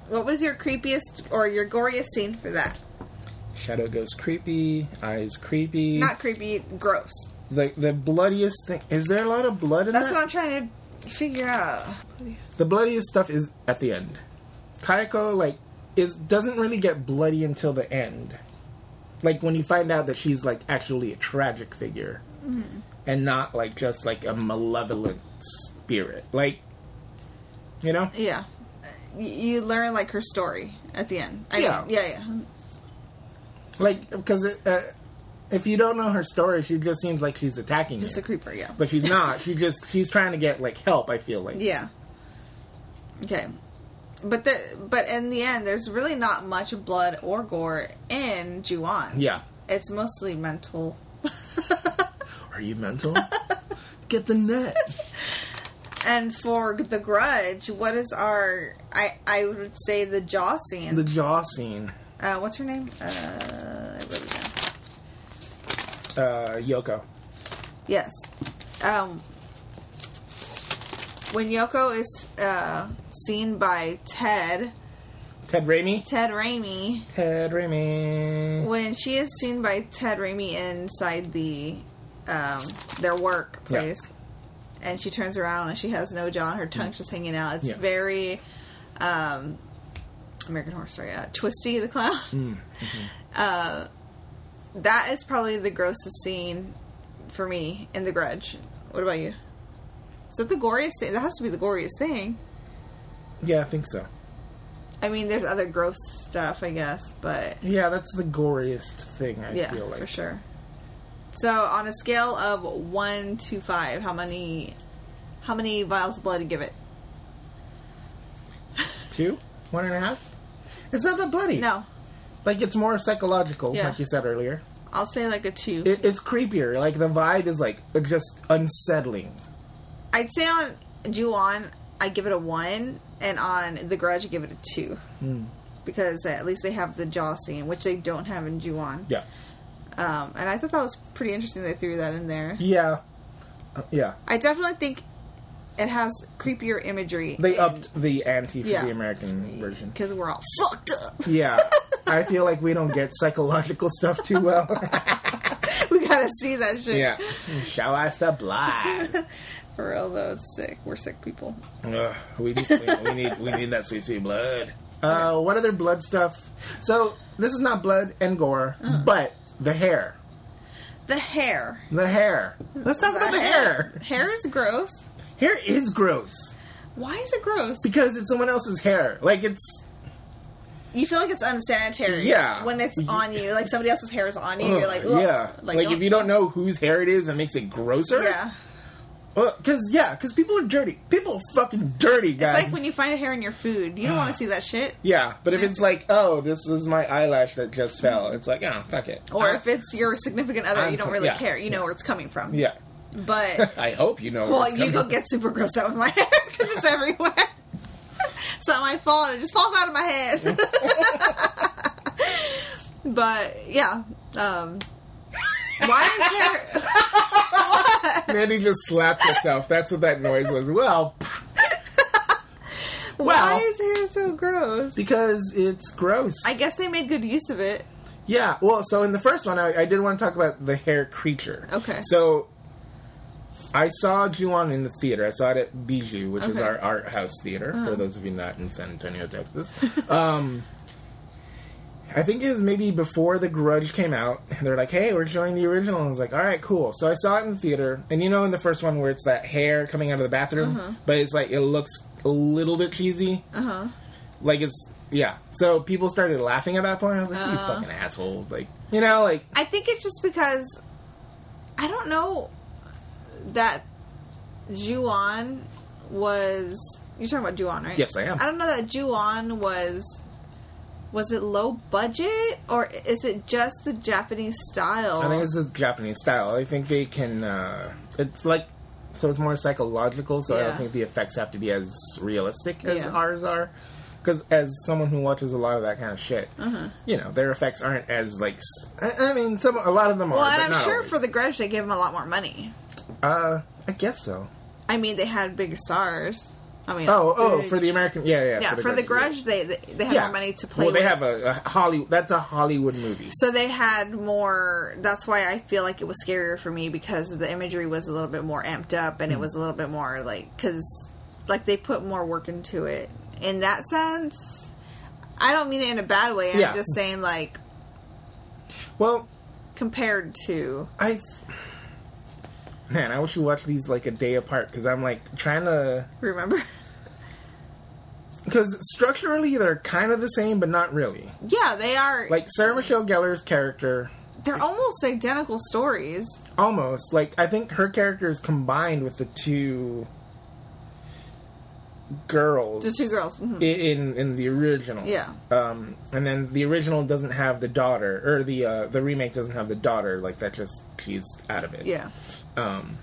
Speaker 3: What was your creepiest or your goriest scene for that?
Speaker 2: Shadow goes creepy. Eyes creepy.
Speaker 3: Not creepy, gross.
Speaker 2: the the bloodiest thing. Is there a lot of blood in
Speaker 3: That's
Speaker 2: that?
Speaker 3: what I'm trying to figure out.
Speaker 2: the bloodiest stuff is at the end. Kayako like is doesn't really get bloody until the end. Like when you find out that she's like actually a tragic figure
Speaker 3: Mm-hmm.
Speaker 2: and not like just like a malevolent spirit. Like you know?
Speaker 3: Yeah, Uh, y- you learn like her story at the end. I
Speaker 2: Yeah.
Speaker 3: mean, yeah, yeah.
Speaker 2: Like because uh, if you don't know her story, she just seems like she's attacking
Speaker 3: Just
Speaker 2: you.
Speaker 3: a creeper. Yeah,
Speaker 2: but she's not. She just she's trying to get like help, I feel like.
Speaker 3: yeah. Okay, but the but in the end, there's really not much blood or gore in Juwan.
Speaker 2: Yeah.
Speaker 3: It's mostly mental.
Speaker 2: Are you mental? get the net.
Speaker 3: And for the Grudge, what is our? I I would say the jaw scene.
Speaker 2: The jaw scene.
Speaker 3: uh, what's her name? Uh, I wrote it down.
Speaker 2: Uh Yoko.
Speaker 3: Yes. Um, when Yoko is uh, seen by Ted,
Speaker 2: Ted Raimi?
Speaker 3: Ted Raimi,
Speaker 2: Ted Raimi.
Speaker 3: when she is seen by Ted Raimi inside the um, their work
Speaker 2: Yeah.
Speaker 3: place, and she turns around and she has no jaw, and her tongue's just hanging out. It's
Speaker 2: Yeah.
Speaker 3: very um, American Horror Story, uh, Twisty the Clown. Uh, that is probably the grossest scene for me in The Grudge. What about you? Is that the goriest thing? That has to be the goriest thing.
Speaker 2: Yeah, I think so.
Speaker 3: I mean, there's other gross stuff, I guess, but
Speaker 2: Yeah, that's the goriest thing I
Speaker 3: Yeah,
Speaker 2: feel like.
Speaker 3: for sure. So on a scale of one to five, how many how many vials of blood to give it?
Speaker 2: Two? One and a half? It's not that bloody.
Speaker 3: No.
Speaker 2: Like it's more psychological,
Speaker 3: Yeah.
Speaker 2: like you said earlier.
Speaker 3: I'll say like a two.
Speaker 2: It, it's creepier. Like the vibe is like just unsettling.
Speaker 3: I'd say on Juon, I give it a one, and on The Grudge, I give it a two.
Speaker 2: Hmm.
Speaker 3: Because at least they have the jaw scene, which they don't have in Juon.
Speaker 2: Yeah.
Speaker 3: Um, and I thought that was pretty interesting they threw that in there.
Speaker 2: Yeah. Uh, yeah.
Speaker 3: I definitely think it has creepier imagery
Speaker 2: They uh, upped the ante for
Speaker 3: Yeah.
Speaker 2: the American version.
Speaker 3: because we're all fucked up.
Speaker 2: Yeah. I feel like we don't get psychological stuff too well.
Speaker 3: we gotta see that shit.
Speaker 2: yeah. Show us the blood.
Speaker 3: For real though, it's sick. We're sick people.
Speaker 2: Ugh, we, need, we need we need that sweet sweet blood. Uh, what other blood stuff? So this is not blood and gore,
Speaker 3: Uh.
Speaker 2: but the hair.
Speaker 3: The hair.
Speaker 2: The hair. Let's talk about the hair.
Speaker 3: Hair is gross.
Speaker 2: Hair is gross
Speaker 3: Why is it gross?
Speaker 2: because it's someone else's hair. Like it's
Speaker 3: You feel like it's unsanitary.
Speaker 2: Yeah.
Speaker 3: When it's on you, like somebody else's hair is on you,
Speaker 2: ugh,
Speaker 3: you're like, Ugh.
Speaker 2: yeah. Like, if you don't know whose hair it is, it makes it grosser.
Speaker 3: Yeah.
Speaker 2: Because yeah, because people are dirty. People are fucking dirty,
Speaker 3: It's
Speaker 2: guys.
Speaker 3: like when you find a hair in your food. You don't want to see that shit.
Speaker 2: yeah, but if it's like, oh, this is my eyelash that just fell, it's like, oh, fuck it.
Speaker 3: Or if it's your significant other,
Speaker 2: I'm
Speaker 3: you don't
Speaker 2: com-
Speaker 3: really
Speaker 2: yeah.
Speaker 3: care. You know where it's coming from.
Speaker 2: yeah,
Speaker 3: But
Speaker 2: I hope you know. where
Speaker 3: well,
Speaker 2: it's
Speaker 3: you
Speaker 2: coming
Speaker 3: go
Speaker 2: from.
Speaker 3: get super grossed out with my hair because it's everywhere. it's not my fault. It just falls out of my head. but yeah. Um, why is there?
Speaker 2: Mandy just slapped herself. That's what that noise was. Well,
Speaker 3: Why
Speaker 2: Well-
Speaker 3: is hair so gross?
Speaker 2: because it's gross.
Speaker 3: I guess they made good use of it.
Speaker 2: Yeah. Well, so in the first one, I, I did want to talk about the hair creature.
Speaker 3: Okay.
Speaker 2: So I saw Juan in the theater. I saw it at Bijou, which is
Speaker 3: Okay. Uh-huh.
Speaker 2: our art house theater, for those of you not in San Antonio, Texas. um, I think it was maybe before The Grudge came out. They're like, hey, we're showing the original. And I was like, all right, cool. So I saw it in the theater. And you know, in the first one
Speaker 3: Uh-huh.
Speaker 2: where it's that hair coming out of the bathroom, but it's like, it looks a little bit cheesy.
Speaker 3: Uh huh.
Speaker 2: Like it's yeah. So people started laughing at that point. I was like, you
Speaker 3: Uh.
Speaker 2: fucking assholes. Like you know, like
Speaker 3: I think it's just because I don't know that Juon was. You're talking about Juon, right?
Speaker 2: Yes, I am.
Speaker 3: I don't know that Juon was. Was it low budget or is it just the Japanese style?
Speaker 2: I think it's the Japanese style. I think they can. Uh, it's like so it's more psychological. So I
Speaker 3: Yeah.
Speaker 2: don't think the effects have to be as realistic as
Speaker 3: Yeah.
Speaker 2: ours are. Because as someone who watches a lot of that kind of shit,
Speaker 3: Uh-huh.
Speaker 2: you know their effects aren't as like. s- I, I mean, some a lot of them are.
Speaker 3: well, and
Speaker 2: but
Speaker 3: I'm
Speaker 2: not
Speaker 3: sure
Speaker 2: always.
Speaker 3: for the Grudge they gave him a lot more money.
Speaker 2: Uh, I guess so.
Speaker 3: I mean, they had bigger stars. I mean,
Speaker 2: Oh, oh, for the American, yeah, yeah.
Speaker 3: yeah, for the, Grudge they they, they had more money to play.
Speaker 2: Well, they
Speaker 3: with.
Speaker 2: have a, a Hollywood. That's a Hollywood movie.
Speaker 3: So they had more. That's why I feel like it was scarier for me because the imagery was a little bit more amped up and it was a little bit more like because like they put more work into it in that sense. I don't mean it in a bad way. I'm
Speaker 2: Yeah.
Speaker 3: just saying like
Speaker 2: Well,
Speaker 3: compared to
Speaker 2: I man, I wish you watched these like a day apart because I'm like trying to
Speaker 3: remember.
Speaker 2: because structurally they're kind of the same, but not really.
Speaker 3: yeah, they are.
Speaker 2: Like Sarah Michelle Gellar's character,
Speaker 3: they're almost identical stories.
Speaker 2: almost like I think her character is combined with the two girls,
Speaker 3: The two girls.
Speaker 2: i-
Speaker 3: mhm.
Speaker 2: in in the original.
Speaker 3: Yeah.
Speaker 2: Um, and then the original doesn't have the daughter, or the uh, the remake doesn't have the daughter. Like that, just she's out of it.
Speaker 3: Yeah.
Speaker 2: Um,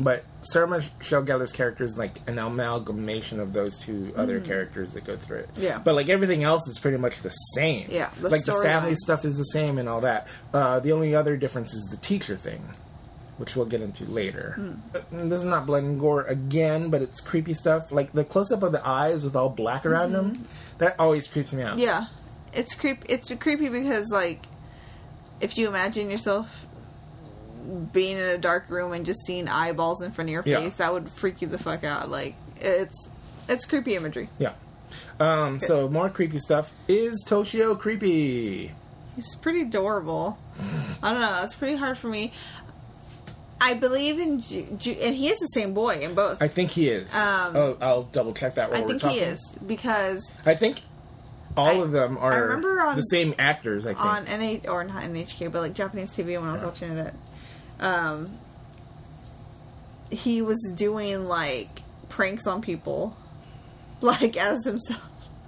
Speaker 2: but Sarah Michelle Gellar's character is like an amalgamation of those two other characters that go through it.
Speaker 3: Mm. Yeah.
Speaker 2: But like everything else is pretty much the same.
Speaker 3: Yeah, the
Speaker 2: like the family
Speaker 3: storyline.
Speaker 2: stuff is the same and all that. Uh, the only other difference is the teacher thing, which we'll get into later.
Speaker 3: Hmm.
Speaker 2: But This is not blood and gore again, but it's creepy stuff. Like the close up of the eyes with all black around them, that always creeps me out.
Speaker 3: Mm-hmm. Yeah, it's creep. It's creepy because like, if you imagine yourself being in a dark room and just seeing eyeballs in front of your
Speaker 2: Yeah.
Speaker 3: face, that would freak you the fuck out. Like, it's it's creepy imagery.
Speaker 2: Yeah. Um, so more creepy stuff. Is Toshio creepy?
Speaker 3: He's pretty adorable. I don't know. It's pretty hard for me. I believe in Ju- Ju- and he is the same boy in both.
Speaker 2: I
Speaker 3: I,
Speaker 2: think he is.
Speaker 3: Um,
Speaker 2: oh, I'll double check that. While we're
Speaker 3: think he
Speaker 2: talking.
Speaker 3: is because
Speaker 2: I think all
Speaker 3: I-
Speaker 2: of them are
Speaker 3: remember on-
Speaker 2: the same actors. I think.
Speaker 3: on NH or not NHK, but like Japanese TV when I was watching it. Um, he was doing like pranks on people, like as himself.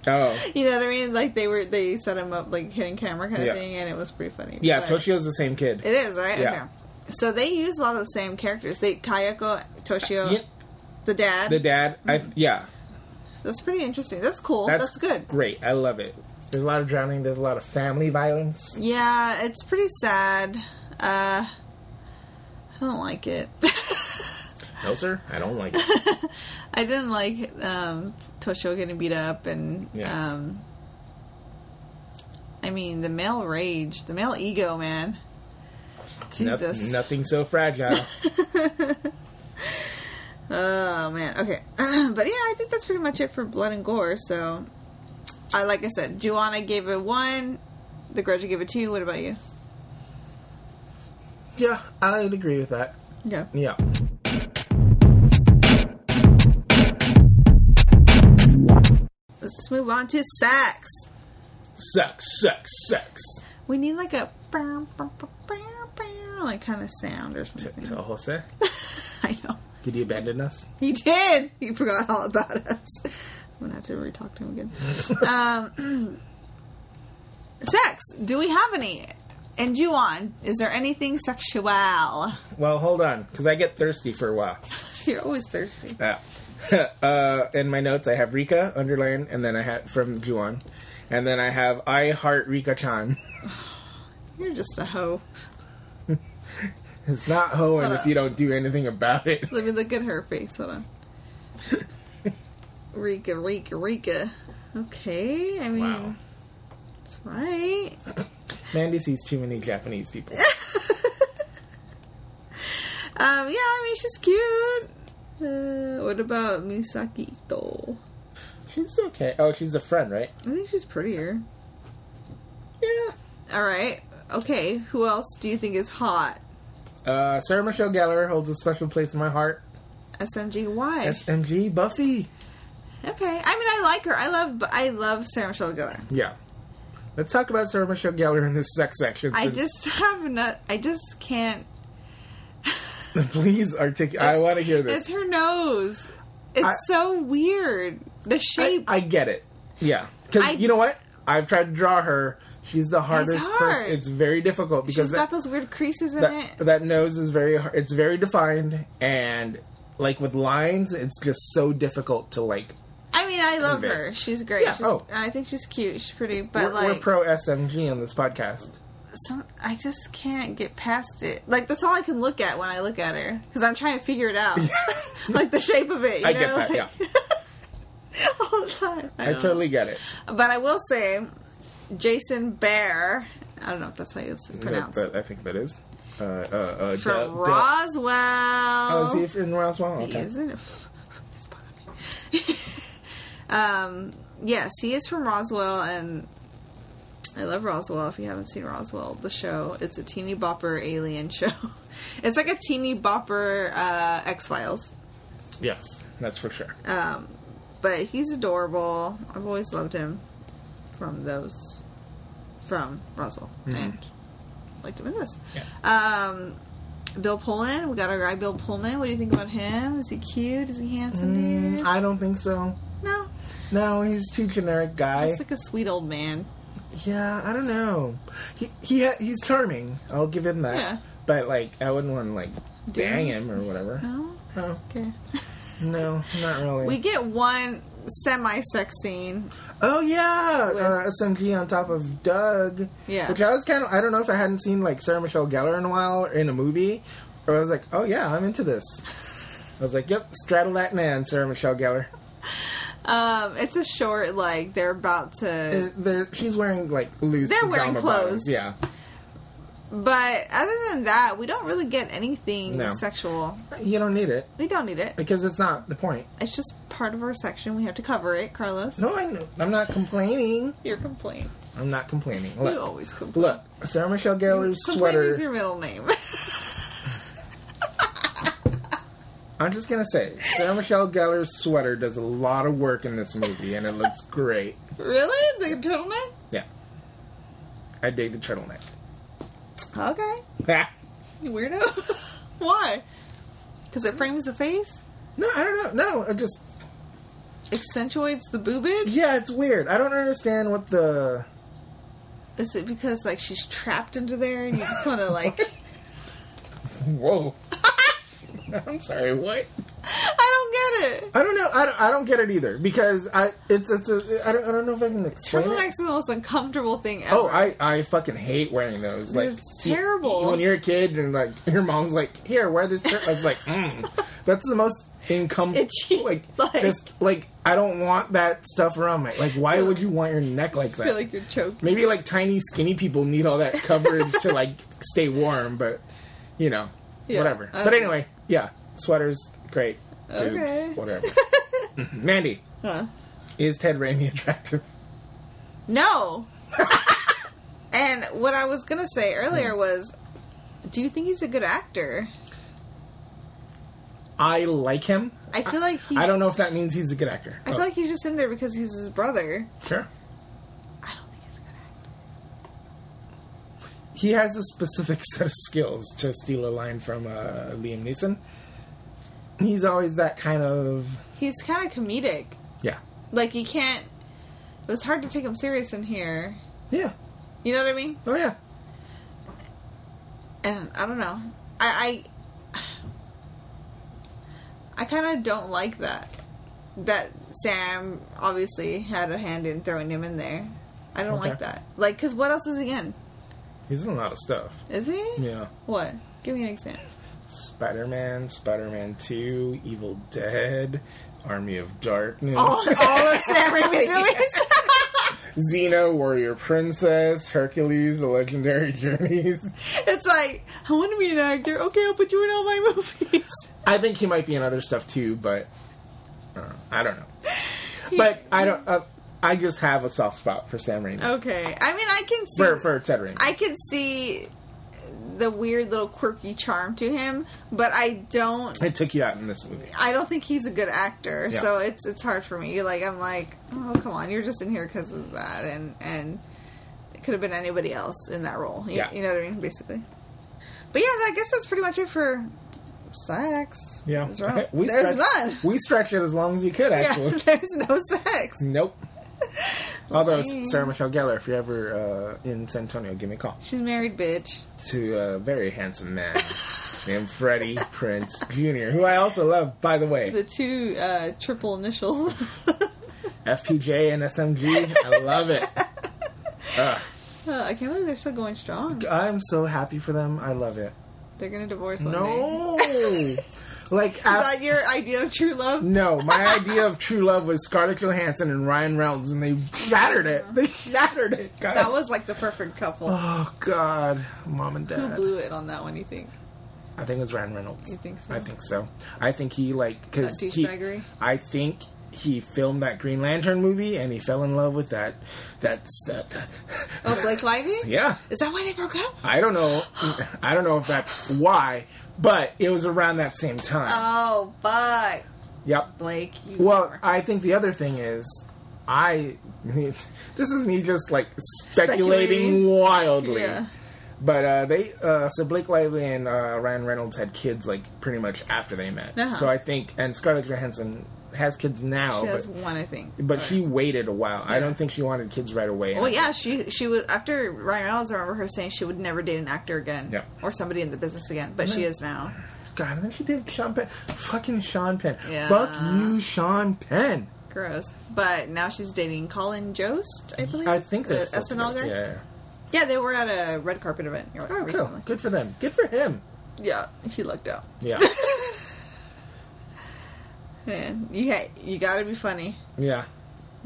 Speaker 2: oh,
Speaker 3: You know what I mean? Like they were they set him up like hidden camera kind of
Speaker 2: Yeah.
Speaker 3: thing, and it was pretty funny.
Speaker 2: yeah,
Speaker 3: But-
Speaker 2: Toshio's the same kid.
Speaker 3: It is right.
Speaker 2: Yeah.
Speaker 3: Okay. So they use a lot of the same characters. They Kayako, Toshio,
Speaker 2: Yeah,
Speaker 3: the dad.
Speaker 2: the dad. I yeah,
Speaker 3: That's pretty interesting. That's cool.
Speaker 2: that's,
Speaker 3: Mm-hmm. Oh, That's good.
Speaker 2: Great, I love it. There's a lot of drowning. There's a lot of family violence.
Speaker 3: Yeah, it's pretty sad. Uh, I don't like it.
Speaker 2: No, sir, I don't like it.
Speaker 3: I didn't like um, Toshio getting beat up, and
Speaker 2: Yeah.
Speaker 3: um, I mean the male rage, the male ego, man.
Speaker 2: No-
Speaker 3: Jesus.
Speaker 2: nothing so fragile.
Speaker 3: Oh man. Okay. but yeah, I think that's pretty much it for blood and gore. So, I like I said, Juana gave it one. The Grudge gave it two. What about you?
Speaker 2: yeah, I'd agree with that.
Speaker 3: Yeah.
Speaker 2: Yeah.
Speaker 3: Let's move on to sex.
Speaker 2: Sex, sex, sex.
Speaker 3: We need like a bam, bam, bam, bam, bam, like kind of sound or something.
Speaker 2: To Jose,
Speaker 3: I know.
Speaker 2: did he abandon us?
Speaker 3: He did. He forgot all about us. I'm gonna have to re-talk to him again. um, sex. Do we have any? And Juan, is there anything sexual?
Speaker 2: Well, hold on, because I get thirsty for a while.
Speaker 3: You're always thirsty.
Speaker 2: Yeah. Ah. uh, in my notes, I have Rika underline, and then I have from Juan, and then I have I heart Rika Chan.
Speaker 3: You're just a hoe.
Speaker 2: It's not hoeing
Speaker 3: Hold
Speaker 2: if
Speaker 3: up.
Speaker 2: you don't do anything about it.
Speaker 3: Let me look at her face. Hold on. Rika, Rika, Rika. Okay. I mean,
Speaker 2: Wow.
Speaker 3: that's right.
Speaker 2: Mandy sees too many Japanese people.
Speaker 3: Um, yeah, I mean, she's cute. Uh, what about Misaki Ito?
Speaker 2: she's okay. Oh, she's a friend, right?
Speaker 3: I think she's prettier.
Speaker 2: Yeah.
Speaker 3: All right. Okay. Who else do you think is hot?
Speaker 2: Uh, Sarah Michelle Gellar holds a special place in my heart.
Speaker 3: SMG. Why?
Speaker 2: SMG Buffy.
Speaker 3: Okay. I mean, I like her. I love. I love Sarah Michelle Gellar.
Speaker 2: Yeah. Let's talk about Sarah Michelle Gellar in this sex section.
Speaker 3: I
Speaker 2: since-
Speaker 3: just have not. I just can't.
Speaker 2: please articulate. I want to hear
Speaker 3: It's
Speaker 2: this.
Speaker 3: her nose. It's
Speaker 2: I-
Speaker 3: so weird. The shape.
Speaker 2: I get it. Yeah,
Speaker 3: I-
Speaker 2: because you know what? I've tried to draw her. She's the hardest
Speaker 3: hard.
Speaker 2: person. It's very difficult because
Speaker 3: She's got those weird creases in
Speaker 2: that,
Speaker 3: it.
Speaker 2: that nose is very har- it's very defined and like with lines it's just so difficult to like
Speaker 3: I mean, I love
Speaker 2: Okay.
Speaker 3: her. She's great.
Speaker 2: Yeah,
Speaker 3: She's,
Speaker 2: oh.
Speaker 3: I think she's cute. She's pretty. But
Speaker 2: we're,
Speaker 3: like,
Speaker 2: we're pro smg on this podcast
Speaker 3: some, I just can't get past it. Like that's all I can look at when I look at her because I'm trying to figure it out, like the shape of it. You
Speaker 2: i
Speaker 3: know?
Speaker 2: get that
Speaker 3: Like,
Speaker 2: yeah
Speaker 3: all the time.
Speaker 2: i
Speaker 3: know.
Speaker 2: totally get it
Speaker 3: But I will say, Jason Bear. I don't know if that's how it's
Speaker 2: but,
Speaker 3: pronounced.
Speaker 2: but i think that is uh uh uh
Speaker 3: For
Speaker 2: Del- Del-
Speaker 3: Roswell.
Speaker 2: oh is he in roswell okay
Speaker 3: Isn't it? Just fuck on me. um, yes, he is from Roswell, and I love Roswell. If you haven't seen Roswell, the show, it's a teeny bopper alien show. It's like a teeny bopper uh, X Files,
Speaker 2: yes that's for sure
Speaker 3: but he's adorable. I've always loved him from those from Roswell, and liked him in this.
Speaker 2: Mm-hmm. yeah.
Speaker 3: Um, Bill Pullman, we got our guy Bill Pullman. What do you think about him? Is he cute? Is he handsome? to you?
Speaker 2: Mm, i don't think so
Speaker 3: No,
Speaker 2: no he's too generic guy
Speaker 3: just like a sweet old man.
Speaker 2: yeah i don't know he he ha- he's charming i'll give him that
Speaker 3: Yeah.
Speaker 2: but like i wouldn't want to like dang him or whatever
Speaker 3: No,
Speaker 2: oh
Speaker 3: okay.
Speaker 2: No, not really.
Speaker 3: We get one semi-sex scene.
Speaker 2: oh yeah,
Speaker 3: With-
Speaker 2: uh, SMG on top of Doug.
Speaker 3: Yeah.
Speaker 2: Which I was kind of. I don't know if I hadn't seen like Sarah Michelle Gellar in a while or in a movie, or I was like, oh yeah, I'm into this. I was like, yep, straddle that man, Sarah Michelle Gellar.
Speaker 3: Um, it's a short like they're about to,
Speaker 2: Uh, They're, she's wearing like loose.
Speaker 3: They're wearing
Speaker 2: pajama
Speaker 3: clothes.
Speaker 2: bottoms. Yeah.
Speaker 3: but other than that, we don't really get anything
Speaker 2: Mm. No.
Speaker 3: sexual.
Speaker 2: You don't need it
Speaker 3: We don't need it.
Speaker 2: because it's not the point.
Speaker 3: It's just part of our section. We have to cover it, Carlos.
Speaker 2: No, I know. I'm not complaining.
Speaker 3: Your complaint.
Speaker 2: I'm not complaining.
Speaker 3: You
Speaker 2: Look,
Speaker 3: always complain.
Speaker 2: look, Sarah Michelle Gellar's
Speaker 3: Complain
Speaker 2: sweater.
Speaker 3: is your middle name.
Speaker 2: I'm just gonna say, Sarah Michelle Gellar's sweater does a lot of work in this movie, and it looks great.
Speaker 3: really? The turtleneck?
Speaker 2: Yeah, I dig the turtleneck.
Speaker 3: Okay. You weirdo. Why? Because it frames the face,
Speaker 2: no, I don't know. No, I just
Speaker 3: accentuates the boobage.
Speaker 2: yeah, it's weird. I don't understand what the
Speaker 3: Is it because like she's trapped into there and you just want to like?
Speaker 2: whoa. I'm sorry. What?
Speaker 3: I don't get it.
Speaker 2: I don't know. I don't, I don't get it either because I it's it's a I don't I don't know if I can explain it.
Speaker 3: Turtlenecks are the most uncomfortable thing ever.
Speaker 2: Oh, I, I fucking hate wearing those.
Speaker 3: They're
Speaker 2: Like
Speaker 3: terrible.
Speaker 2: you- when you're a kid and like your mom's like, "Here, wear this." Shirt. I was like, mm, "That's the most income
Speaker 3: Itchy,
Speaker 2: Like,
Speaker 3: like-
Speaker 2: just like I don't want that stuff around my. Like, why would you want your neck like
Speaker 3: I feel
Speaker 2: that?
Speaker 3: like you're choking.
Speaker 2: Maybe like tiny skinny people need all that coverage to like stay warm, but you know,
Speaker 3: Yeah,
Speaker 2: whatever. But
Speaker 3: I don't-
Speaker 2: anyway, yeah, sweaters great, boobs,
Speaker 3: Okay.
Speaker 2: whatever. Mm-hmm. Mandy,
Speaker 3: Huh?
Speaker 2: is Ted Raimi attractive?
Speaker 3: No. and what I was gonna say
Speaker 2: Hmm.
Speaker 3: earlier was, do you think he's a good actor?
Speaker 2: I like him.
Speaker 3: I feel like he.
Speaker 2: I don't know if that means he's a good actor.
Speaker 3: I feel like he's just in there because he's his brother.
Speaker 2: Sure.
Speaker 3: I don't think he's a good actor.
Speaker 2: He has a specific set of skills, to steal a line from uh, Liam Neeson. He's always that kind of.
Speaker 3: He's kind of comedic.
Speaker 2: Yeah.
Speaker 3: Like you can't. It was hard to take him serious in here.
Speaker 2: Yeah.
Speaker 3: You know what I mean?
Speaker 2: Oh, yeah.
Speaker 3: and I don't know. I I, I kind of don't like that. That Sam obviously had a hand in throwing him in there. I don't
Speaker 2: Okay.
Speaker 3: like that. Like, cause what else is he in?
Speaker 2: He's in a lot of stuff.
Speaker 3: Is he?
Speaker 2: Yeah.
Speaker 3: What? Give me an example.
Speaker 2: Spider Man, Spider Man 2, Evil Dead, Army of Darkness,
Speaker 3: All, all of Sam Raimi's movies.
Speaker 2: Xena, Warrior Princess, Hercules, The Legendary Journeys.
Speaker 3: it's like I want to be an actor. Okay, I'll put you in all my movies.
Speaker 2: I think he might be in other stuff too, but uh, I don't know. But I don't. Uh, I just have a soft spot for Sam Raimi.
Speaker 3: Okay, I mean I can see
Speaker 2: for, for Ted Raimi.
Speaker 3: I can see the weird little quirky charm to him, but I don't.
Speaker 2: It took you out in this movie.
Speaker 3: I don't think he's a good actor,
Speaker 2: Yeah.
Speaker 3: so it's it's hard for me. Like I'm like, oh come on, you're just in here because of that, and and it could have been anybody else in that role. You,
Speaker 2: Yeah.
Speaker 3: you know what I mean, basically. But yeah, I guess that's pretty much it for sex.
Speaker 4: Yeah.
Speaker 3: What's wrong?
Speaker 2: We
Speaker 3: there's
Speaker 2: stretched-
Speaker 3: none.
Speaker 2: We stretched it as long as we could, actually.
Speaker 3: Yeah, there's no sex.
Speaker 2: Nope. Although Sarah Michelle Gellar, if you're ever uh, in San Antonio, give me a call.
Speaker 3: She's married, bitch.
Speaker 2: To a very handsome man named Freddie Prince Jr., who I also love, by the way.
Speaker 3: The two uh, triple initials.
Speaker 2: FPJ and SMG. I love it.
Speaker 3: Uh, I can't believe they're still going strong.
Speaker 2: I'm so happy for them. I love it.
Speaker 3: They're gonna divorce. one day.
Speaker 2: No. like
Speaker 3: Is
Speaker 2: af-
Speaker 3: that your idea of true love?
Speaker 2: no, my idea of true love was Scarlett Johansson and Ryan Reynolds, and they shattered it. They shattered it. Guys.
Speaker 3: That was like the perfect couple.
Speaker 2: Oh God, mom and
Speaker 3: Who
Speaker 2: dad.
Speaker 3: blew it on that one? You think?
Speaker 2: I think it was Ryan Reynolds.
Speaker 3: You think so?
Speaker 2: I think so. I think he like because
Speaker 3: That
Speaker 2: he.
Speaker 3: douchebaggery?
Speaker 2: I think he filmed that Green Lantern movie and he fell in love with that. That's that. that
Speaker 3: Oh, Blake Lively.
Speaker 2: yeah.
Speaker 3: Is that why they broke up?
Speaker 2: I don't know. I don't know if that's why, but it was around that same time.
Speaker 3: Oh, fuck,
Speaker 2: yep.
Speaker 3: Blake. You
Speaker 2: Well,
Speaker 3: are-
Speaker 2: I think the other thing is, I this is me just like speculating
Speaker 3: Speculating.
Speaker 2: wildly.
Speaker 3: Yeah.
Speaker 2: But uh, they uh, so Blake Lively and uh, Ryan Reynolds had kids like pretty much after they met.
Speaker 3: Uh-huh.
Speaker 2: So I think and Scarlett Johansson has kids now,
Speaker 3: she has
Speaker 2: but,
Speaker 3: one, I think.
Speaker 2: but she waited a while. I don't think she wanted kids right away.
Speaker 3: Well, Oh, yeah, she she was after Ryan Reynolds. I remember her saying she would never date an actor again,
Speaker 2: Yeah.
Speaker 3: or somebody in the business again. But
Speaker 2: Mm-hmm.
Speaker 3: she is now.
Speaker 2: God, and then she did Sean Penn. Fucking Sean Penn.
Speaker 3: Yeah.
Speaker 2: Fuck you, Sean Penn.
Speaker 3: Gross. But now she's dating Colin Jost, I believe.
Speaker 2: I think
Speaker 3: the
Speaker 2: that's that's
Speaker 3: SNL
Speaker 2: good.
Speaker 3: guy.
Speaker 2: Yeah. yeah.
Speaker 3: Yeah, they were at a red carpet event re-
Speaker 2: Oh,
Speaker 3: recently.
Speaker 2: cool. Good for them. Good for him.
Speaker 3: Yeah, he lucked out.
Speaker 2: Yeah.
Speaker 3: Man, you ha- you gotta be funny.
Speaker 2: yeah.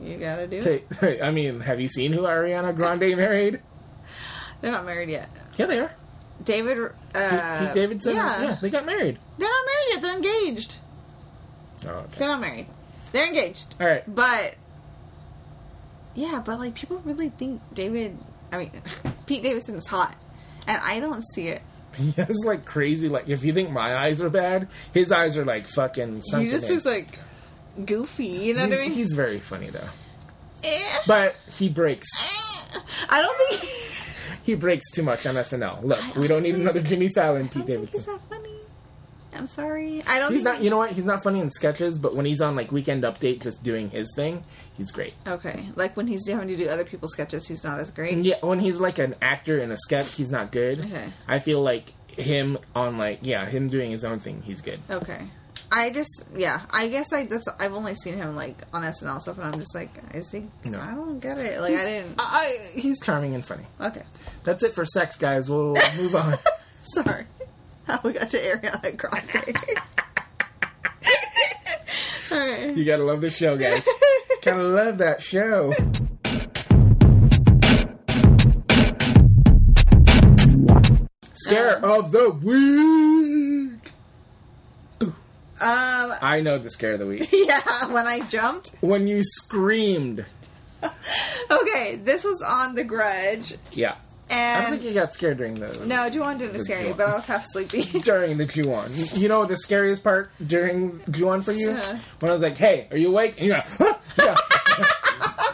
Speaker 3: You gotta do it.
Speaker 2: Say- I mean, have you seen who Ariana Grande married?
Speaker 3: They're not married yet.
Speaker 2: Yeah, they are.
Speaker 3: David. Uh,
Speaker 2: Pete Davidson. Yeah.
Speaker 3: Yeah.
Speaker 2: they got married.
Speaker 3: They're not married yet. They're engaged.
Speaker 2: Oh, okay.
Speaker 3: They're not married. They're engaged.
Speaker 2: All right.
Speaker 3: But yeah, but like people really think David. I mean, Pete Davidson is hot, and I don't see it.
Speaker 2: He has like crazy. Like, if you think my eyes are bad, his eyes are like fucking something.
Speaker 3: He just looks like goofy. You know
Speaker 2: he's,
Speaker 3: what I mean?
Speaker 2: he's very funny though,
Speaker 3: Eh.
Speaker 2: but he breaks.
Speaker 3: I don't think.
Speaker 2: He breaks too much on SNL. Look, we don't need
Speaker 3: honestly-
Speaker 2: another Jimmy Fallon,
Speaker 3: I
Speaker 2: Pete
Speaker 3: don't think he's
Speaker 2: Davidson.
Speaker 3: that funny. I'm sorry. I don't.
Speaker 2: He's
Speaker 3: think
Speaker 2: not. You know what? He's not funny in sketches, but when he's on like Weekend Update, just doing his thing, he's great.
Speaker 3: Okay, like when he's having to do other people's sketches, he's not as great.
Speaker 2: Yeah, when he's like an actor in a sketch, he's not good.
Speaker 3: Okay.
Speaker 2: I feel like him on like yeah, him doing his own thing, he's good.
Speaker 3: Okay. I just yeah, I guess I that's I've only seen him like on SNL stuff and I'm just like, is he
Speaker 2: No.
Speaker 3: I don't get it. Like I didn't
Speaker 2: I, I he's charming and funny.
Speaker 3: Okay.
Speaker 2: That's it for sex, guys. We'll move on.
Speaker 3: Sorry. How we got to Ariana Grande. Alright.
Speaker 2: You gotta love the show, guys. gotta love that show. Scare of the week.
Speaker 3: Um
Speaker 2: I know the scare of the week.
Speaker 3: yeah, when I jumped.
Speaker 2: When you screamed.
Speaker 3: Okay, this was on the grudge
Speaker 2: Yeah. I don't
Speaker 3: and
Speaker 2: think you got scared during the
Speaker 3: no, Juwan didn't scare me, but I was half sleepy.
Speaker 2: during the Juon. You know the scariest part during Juon for you?
Speaker 3: Uh-huh.
Speaker 2: When I was like, "Hey, are you awake?" And you're like, huh?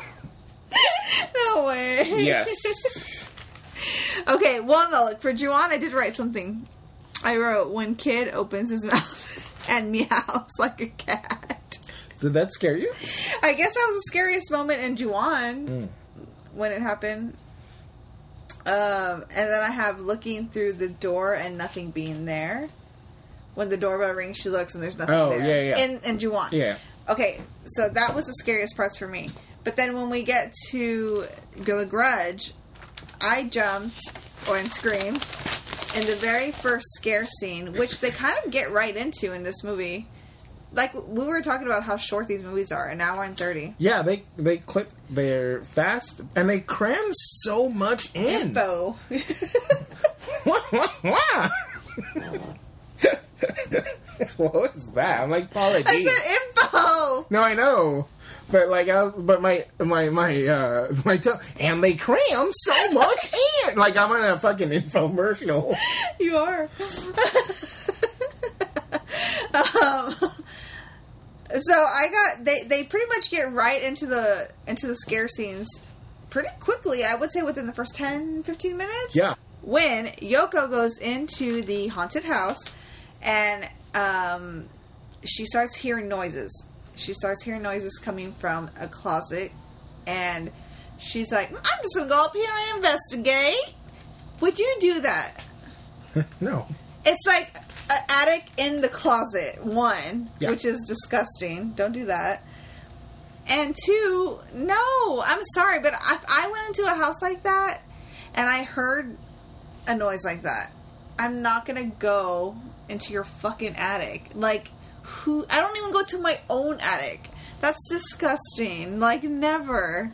Speaker 2: yeah.
Speaker 3: no way.
Speaker 2: "Yes."
Speaker 3: Okay, well, no, look, for Juwan, I did write something. I wrote, when kid opens his mouth and meows like a cat.
Speaker 2: Did that scare you?
Speaker 3: I guess that was the scariest moment in Juwan
Speaker 2: Mm.
Speaker 3: when it happened. Um, and then I have looking through the door and nothing being there. When the doorbell rings, she looks and there's nothing
Speaker 2: Oh,
Speaker 3: there.
Speaker 2: yeah, yeah.
Speaker 3: In, in Juwan.
Speaker 2: Yeah.
Speaker 3: Okay, so that was the scariest parts for me. But then when we get to The Grudge, I jumped or and screamed in the very first scare scene, which they kind of get right into in this movie. Like we were talking about how short these movies are, an hour and thirty.
Speaker 2: Yeah, they they clip they're fast and they cram so much in.
Speaker 3: Info.
Speaker 2: Wah, wah, wah. what was that? I'm like Paula
Speaker 3: I
Speaker 2: D.
Speaker 3: said info.
Speaker 2: no, I know. But like I was, but my my my uh my tongue, and they cram so much and like I'm on a fucking infomercial.
Speaker 3: You are. um, so I got they they pretty much get right into the into the scare scenes pretty quickly. I would say within the first 10 15 minutes.
Speaker 2: Yeah.
Speaker 3: When Yoko goes into the haunted house and um she starts hearing noises. She starts hearing noises coming from a closet and she's like, "Mm, "I'm just going to go up here and investigate." Would you do that?
Speaker 2: No.
Speaker 3: It's like an attic in the closet, one,
Speaker 2: Yeah.
Speaker 3: which is disgusting. Don't do that. And two, no, I'm sorry, but if I went into a house like that and I heard a noise like that, I'm not going to go into your fucking attic. Like, who? I don't even go to my own attic. That's disgusting. Like, never.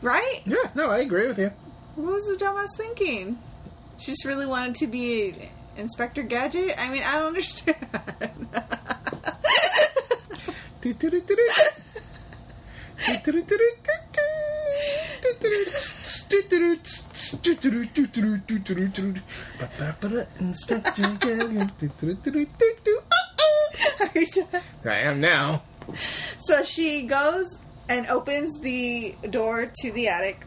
Speaker 3: Right?
Speaker 2: Yeah, no, I agree with you.
Speaker 3: What was the dumbass thinking? She just really wanted to be Inspector Gadget? I mean, I don't understand.
Speaker 2: Do-do-do-do-do. Do-do-do-do-do-do. Do-do-do-do-do-do-do-do-do. Ba-ba-ba-da, Inspector Gadget. Do-do-do-do-do-do.
Speaker 3: Are you done?
Speaker 2: I am now.
Speaker 3: so she goes and opens the door to the attic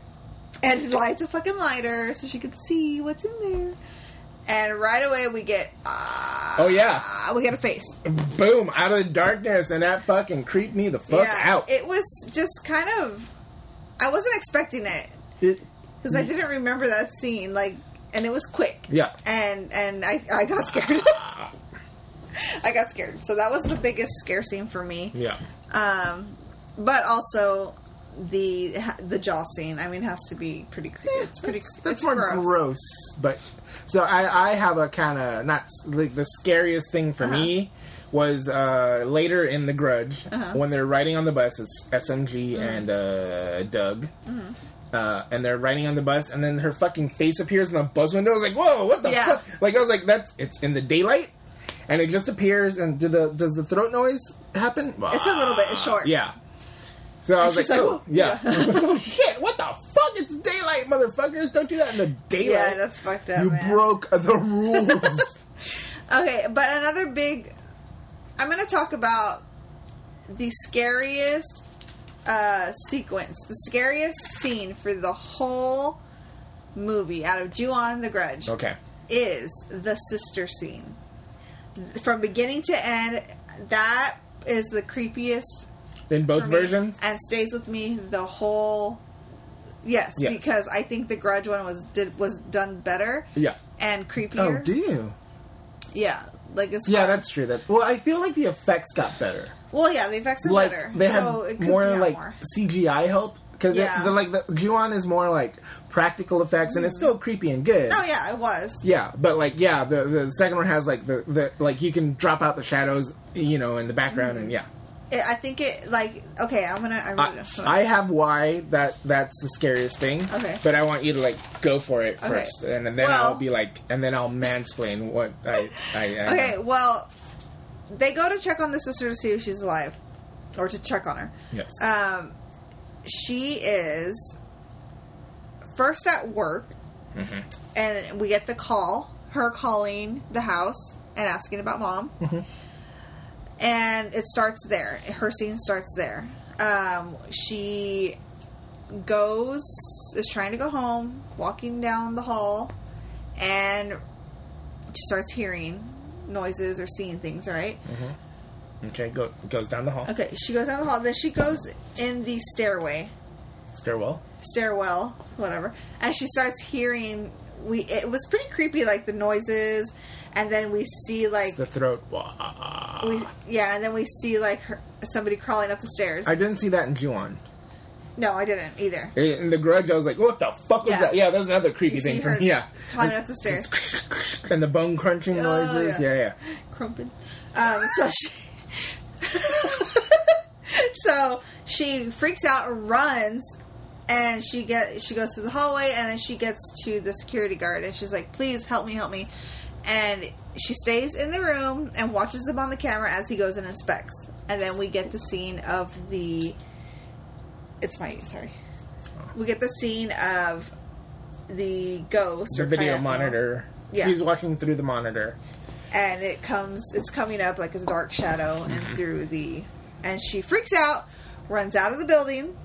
Speaker 3: and lights a fucking lighter so she can see what's in there. And right away we get ah,
Speaker 2: Oh yeah.
Speaker 3: we get a face.
Speaker 2: Boom, out of the darkness and that fucking creeped me the fuck out.
Speaker 3: It was just kind of I wasn't expecting it.
Speaker 2: It-
Speaker 3: because I didn't remember that scene. Like, and it was quick.
Speaker 2: Yeah.
Speaker 3: And and I I got scared. I got scared. So that was the biggest scare scene for me.
Speaker 2: yeah.
Speaker 3: Um, but also the the jaw scene. I mean, has to be pretty. cre- It's pretty.
Speaker 2: That's
Speaker 3: it's
Speaker 2: more gross. but so I, I have a kind of not s- like the scariest thing for
Speaker 3: Uh-huh.
Speaker 2: me was uh, later in The Grudge
Speaker 3: Uh-huh.
Speaker 2: when they're riding on the bus. It's SMG
Speaker 3: Mm-hmm.
Speaker 2: and uh, Doug. Uh, and they're riding on the bus, and then her fucking face appears in the bus window. I was like, "Whoa, what the
Speaker 3: Yeah.
Speaker 2: fuck?" Like I was like, "That's it's in the daylight," and it just appears. And do the does the throat noise happen?
Speaker 3: It's a little bit short.
Speaker 2: Yeah. So I was like,
Speaker 3: she's like,
Speaker 2: oh,
Speaker 3: "Whoa."
Speaker 2: yeah.
Speaker 3: Yeah.
Speaker 2: I was like, oh shit, what the fuck? It's daylight, motherfuckers. Don't do that in the daylight.
Speaker 3: Yeah, that's fucked up.
Speaker 2: You
Speaker 3: man.
Speaker 2: broke the rules.
Speaker 3: Okay, but another big. I'm going to talk about the scariest uh, sequence, the scariest scene for the whole movie out of Ju on the Grudge
Speaker 2: okay.
Speaker 3: is the sister scene. From beginning to end, that is the creepiest
Speaker 2: In both
Speaker 3: for me
Speaker 2: versions?
Speaker 3: and stays with me the whole. Yes,
Speaker 2: Yes.
Speaker 3: because I think the Grudge one was did was done better
Speaker 2: Yeah.
Speaker 3: and creepier.
Speaker 2: Oh, do you?
Speaker 3: yeah, like as
Speaker 2: Yeah,
Speaker 3: far-
Speaker 2: that's true. That well, I feel like the effects got better.
Speaker 3: Well, yeah, the effects are
Speaker 2: Like
Speaker 3: better.
Speaker 2: they had
Speaker 3: so it could
Speaker 2: more
Speaker 3: be
Speaker 2: like
Speaker 3: more.
Speaker 2: CGI help because
Speaker 3: Yeah.
Speaker 2: like the Juon is more like practical effects, and it's still creepy and good.
Speaker 3: Mm-hmm. Oh yeah, it was.
Speaker 2: Yeah, but like yeah, the the second one has like the, the like you can drop out the shadows, you know, in the background,
Speaker 3: Mm-hmm.
Speaker 2: and yeah.
Speaker 3: It, I think it like okay. I'm gonna. I'm
Speaker 2: I,
Speaker 3: gonna
Speaker 2: I have why that that's the scariest thing.
Speaker 3: Okay.
Speaker 2: But I want you to like go for it
Speaker 3: Okay.
Speaker 2: first, and, then
Speaker 3: Well-
Speaker 2: I'll be like, and then I'll mansplain what I. I, I
Speaker 3: okay. Well, they go to check on the sister to see if she's alive, or to check on her.
Speaker 2: Yes.
Speaker 3: Um, she is first at work, and we get the call. Her calling the house and asking about mom, and it starts there. Her scene starts there. Um, she goes is trying to go home, walking down the hall, and she starts hearing noises or seeing things. Right.
Speaker 2: okay. Go goes down the hall.
Speaker 3: Okay, she goes down the hall. Then she goes in the stairway,
Speaker 2: Stairwell.
Speaker 3: stairwell, whatever, and she starts hearing. We it was pretty creepy, like the noises, and then we see like
Speaker 2: The throat. Wah.
Speaker 3: we yeah, and then we see like her, somebody crawling up the stairs.
Speaker 2: I didn't see that in Juon.
Speaker 3: no, I didn't either.
Speaker 2: In the Grudge, I was like, "What the fuck was
Speaker 3: Yeah.
Speaker 2: that?" Yeah, that's another creepy
Speaker 3: You see
Speaker 2: thing for
Speaker 3: her
Speaker 2: me. Yeah,
Speaker 3: climbing up the stairs,
Speaker 2: and the bone crunching noises.
Speaker 3: Oh, yeah.
Speaker 2: Yeah, yeah.
Speaker 3: crumping. Um, so she. so she freaks out, runs, and she get she goes through the hallway, and then she gets to the security guard, and she's like, "Please help me, help me!" And she stays in the room and watches him on the camera as he goes and inspects. and then we get the scene of the. It's my sorry. We get the scene of the ghost
Speaker 2: The
Speaker 3: or
Speaker 2: video
Speaker 3: Kayako,
Speaker 2: monitor.
Speaker 3: Yeah.
Speaker 2: He's watching through the monitor.
Speaker 3: and it comes. It's coming up like a dark shadow, and
Speaker 2: Mm-hmm.
Speaker 3: through the, and she freaks out, runs out of the building.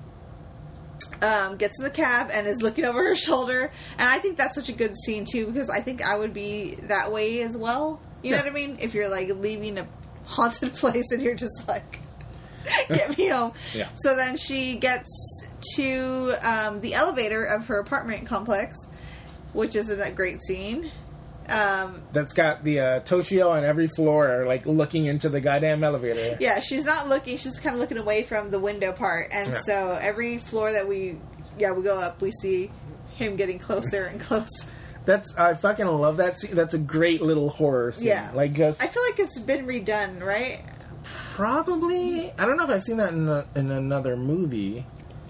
Speaker 3: Um, gets in the cab and is looking over her shoulder, and I think that's such a good scene too because I think I would be that way as well. You know
Speaker 2: Yeah.
Speaker 3: what I mean? If you're like leaving a haunted place and you're just like, get me home.
Speaker 2: Yeah.
Speaker 3: So then she gets to um, the elevator of her apartment complex, which is a great scene. Um,
Speaker 2: That's got the uh, Toshio on every floor, like looking into the goddamn elevator.
Speaker 3: yeah, she's not looking. She's kind of looking away from the window part, and
Speaker 2: Yeah.
Speaker 3: so every floor that we, yeah, we go up, we see him getting closer and closer.
Speaker 2: That's I fucking love that scene. That's a great little horror scene.
Speaker 3: Yeah.
Speaker 2: Like just
Speaker 3: I feel like it's been redone, right?
Speaker 2: probably I don't know if I've seen that in a, in another movie.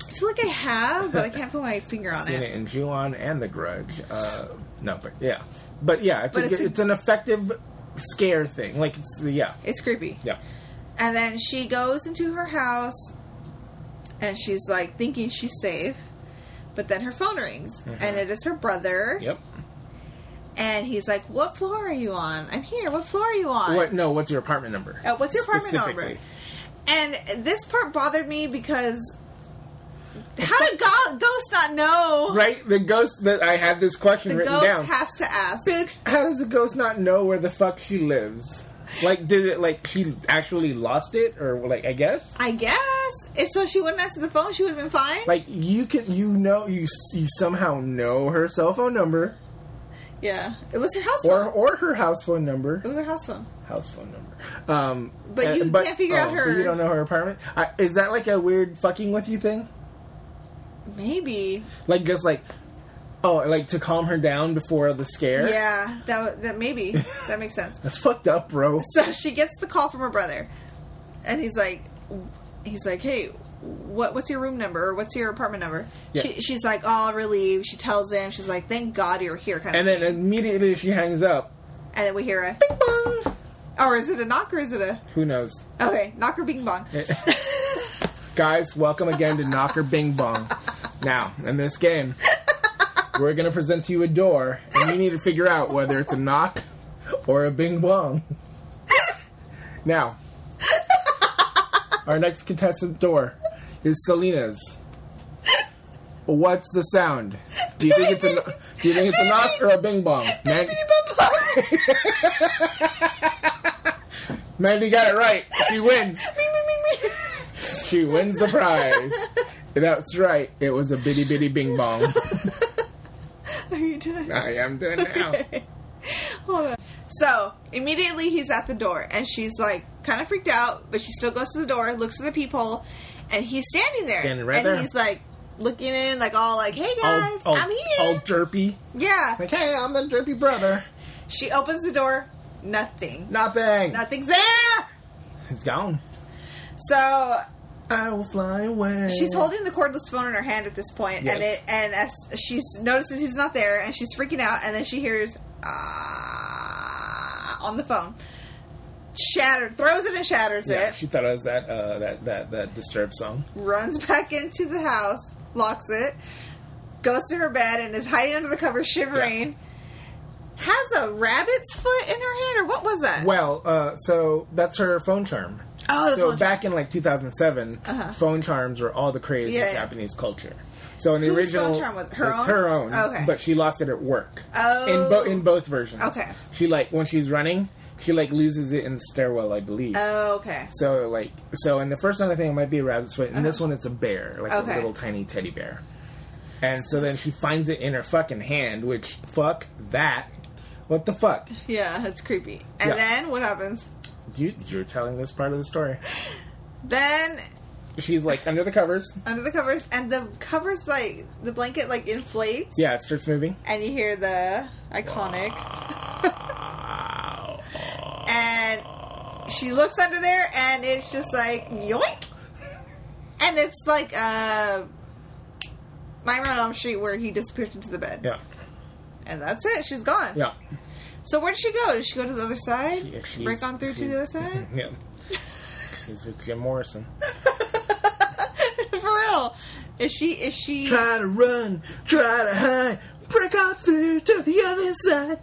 Speaker 3: I feel like I have, but I can't put my finger on
Speaker 2: seen
Speaker 3: it.
Speaker 2: it in Juon and The Grudge. Uh, no, but yeah, but yeah, it's
Speaker 3: But
Speaker 2: a,
Speaker 3: it's
Speaker 2: it's,
Speaker 3: a-
Speaker 2: an effective scare thing. Like it's yeah,
Speaker 3: It's creepy.
Speaker 2: yeah.
Speaker 3: And then she goes into her house and she's like thinking she's safe. But then her phone rings and it is her brother.
Speaker 2: Mm-hmm. Yep.
Speaker 3: And he's like, What floor are you on? I'm here. What floor are you on?
Speaker 2: What? No. What's your apartment number?
Speaker 3: Uh, what's your apartment number?
Speaker 2: Specifically.
Speaker 3: And this part bothered me because how did go- Ghost not know?
Speaker 2: Right. The ghost that I had this question
Speaker 3: The
Speaker 2: written
Speaker 3: ghost
Speaker 2: down.
Speaker 3: has to ask.
Speaker 2: Bitch, how does the ghost not know where the fuck she lives? Like, did it? Like, she actually lost it, or like, I guess.
Speaker 3: I guess. If so, she wouldn't answer the phone, she would have been fine.
Speaker 2: Like, you can, you know, you s- you somehow know her cell phone number
Speaker 3: yeah. It was her house
Speaker 2: or
Speaker 3: phone.
Speaker 2: or her house phone number.
Speaker 3: It was her house phone.
Speaker 2: house phone number. Um,
Speaker 3: But
Speaker 2: uh,
Speaker 3: you can't figure out
Speaker 2: but
Speaker 3: her-
Speaker 2: You don't know her apartment. I, is that like a weird fucking with you thing?
Speaker 3: Maybe.
Speaker 2: Like just like, oh, like to calm her down before the scare.
Speaker 3: Yeah, that that maybe that makes sense.
Speaker 2: that's fucked up, bro.
Speaker 3: So she gets the call from her brother, and he's like, he's like, hey, what what's your room number or what's your apartment number?
Speaker 2: Yeah.
Speaker 3: She, she's like, all relieved. She tells him, she's like, thank God you're here, kind of.
Speaker 2: And then immediately she hangs up.
Speaker 3: and then we hear a bing bong, or Oh, is it a knock or is it a
Speaker 2: Who knows?
Speaker 3: okay knocker bing bong?
Speaker 2: Guys, welcome again to Knocker Bing Bong. Now, in this game, we're gonna present to you a door, and you need to figure out whether it's a knock or a bing bong. Now, our next contestant door is Selena's. What's the sound? Do you think it's a kn- do you think it's a knock or a bing bong? Man- Mandy got it right. She wins. She wins the prize. That's right. It was a bitty bitty bing bong.
Speaker 3: Are you done?
Speaker 2: I am doing it now.
Speaker 3: Hold on. So immediately he's at the door, and she's like kind of freaked out, but she still goes to the door, looks at the peephole, and he's standing there,
Speaker 2: Standing right
Speaker 3: and
Speaker 2: there. Oh,
Speaker 3: he's like looking in, like all like, "Hey
Speaker 2: All,
Speaker 3: guys,
Speaker 2: all,
Speaker 3: I'm here."
Speaker 2: all derpy.
Speaker 3: yeah.
Speaker 2: Like, hey, I'm the derpy brother.
Speaker 3: She opens the door, nothing,
Speaker 2: Nothing.
Speaker 3: nothing's there.
Speaker 2: It's gone.
Speaker 3: So
Speaker 2: I will fly away.
Speaker 3: she's holding the cordless phone in her hand at this point, and
Speaker 2: Yes.
Speaker 3: it and as she notices he's not there, and she's freaking out, and then she hears ah on the phone, shattered, throws it and shatters
Speaker 2: Yeah,
Speaker 3: it.
Speaker 2: she thought it was that uh, that that that disturbed song.
Speaker 3: runs back into the house, locks it, goes to her bed, and is hiding under the cover, shivering. Has a rabbit's foot in her hand, or what was that?
Speaker 2: Well, uh, so that's her phone charm.
Speaker 3: Oh,
Speaker 2: so
Speaker 3: the phone charm. Uh-huh.
Speaker 2: back in like 2007, phone charms were all the craze
Speaker 3: Yeah,
Speaker 2: in
Speaker 3: yeah.
Speaker 2: Japanese culture. So in the
Speaker 3: Whose
Speaker 2: original,
Speaker 3: phone charm was it? Her
Speaker 2: it's
Speaker 3: own?
Speaker 2: her own.
Speaker 3: Okay.
Speaker 2: But she lost it at work.
Speaker 3: Oh.
Speaker 2: In both in both versions.
Speaker 3: Okay.
Speaker 2: She like when she's running, she like loses it in the stairwell, I believe.
Speaker 3: Oh, okay.
Speaker 2: So like so in the first one I think it might be a rabbit's foot. In this one it's a bear, like
Speaker 3: Okay.
Speaker 2: a little tiny teddy bear. And so then she finds it in her fucking hand, which fuck that. What the fuck?
Speaker 3: Yeah, it's creepy. And
Speaker 2: Yeah.
Speaker 3: then what happens?
Speaker 2: You you're telling this part of the story.
Speaker 3: Then
Speaker 2: She's like under the covers.
Speaker 3: under the covers, and the covers like the blanket like inflates.
Speaker 2: Yeah, it starts moving.
Speaker 3: And you hear the iconic. and she looks under there, and it's just like yoink. And it's like uh, Nightmare on Elm Street where he disappears into the bed,
Speaker 2: Yeah.
Speaker 3: and that's it. She's gone.
Speaker 2: Yeah.
Speaker 3: So where did she go? Did she go to the other side?
Speaker 2: She- she's-
Speaker 3: Break on through to
Speaker 2: she's-
Speaker 3: the other side?
Speaker 2: Yeah. He's with Jim Morrison.
Speaker 3: For real. Is she is she
Speaker 2: Try to run, try to hide, break on through to the other side.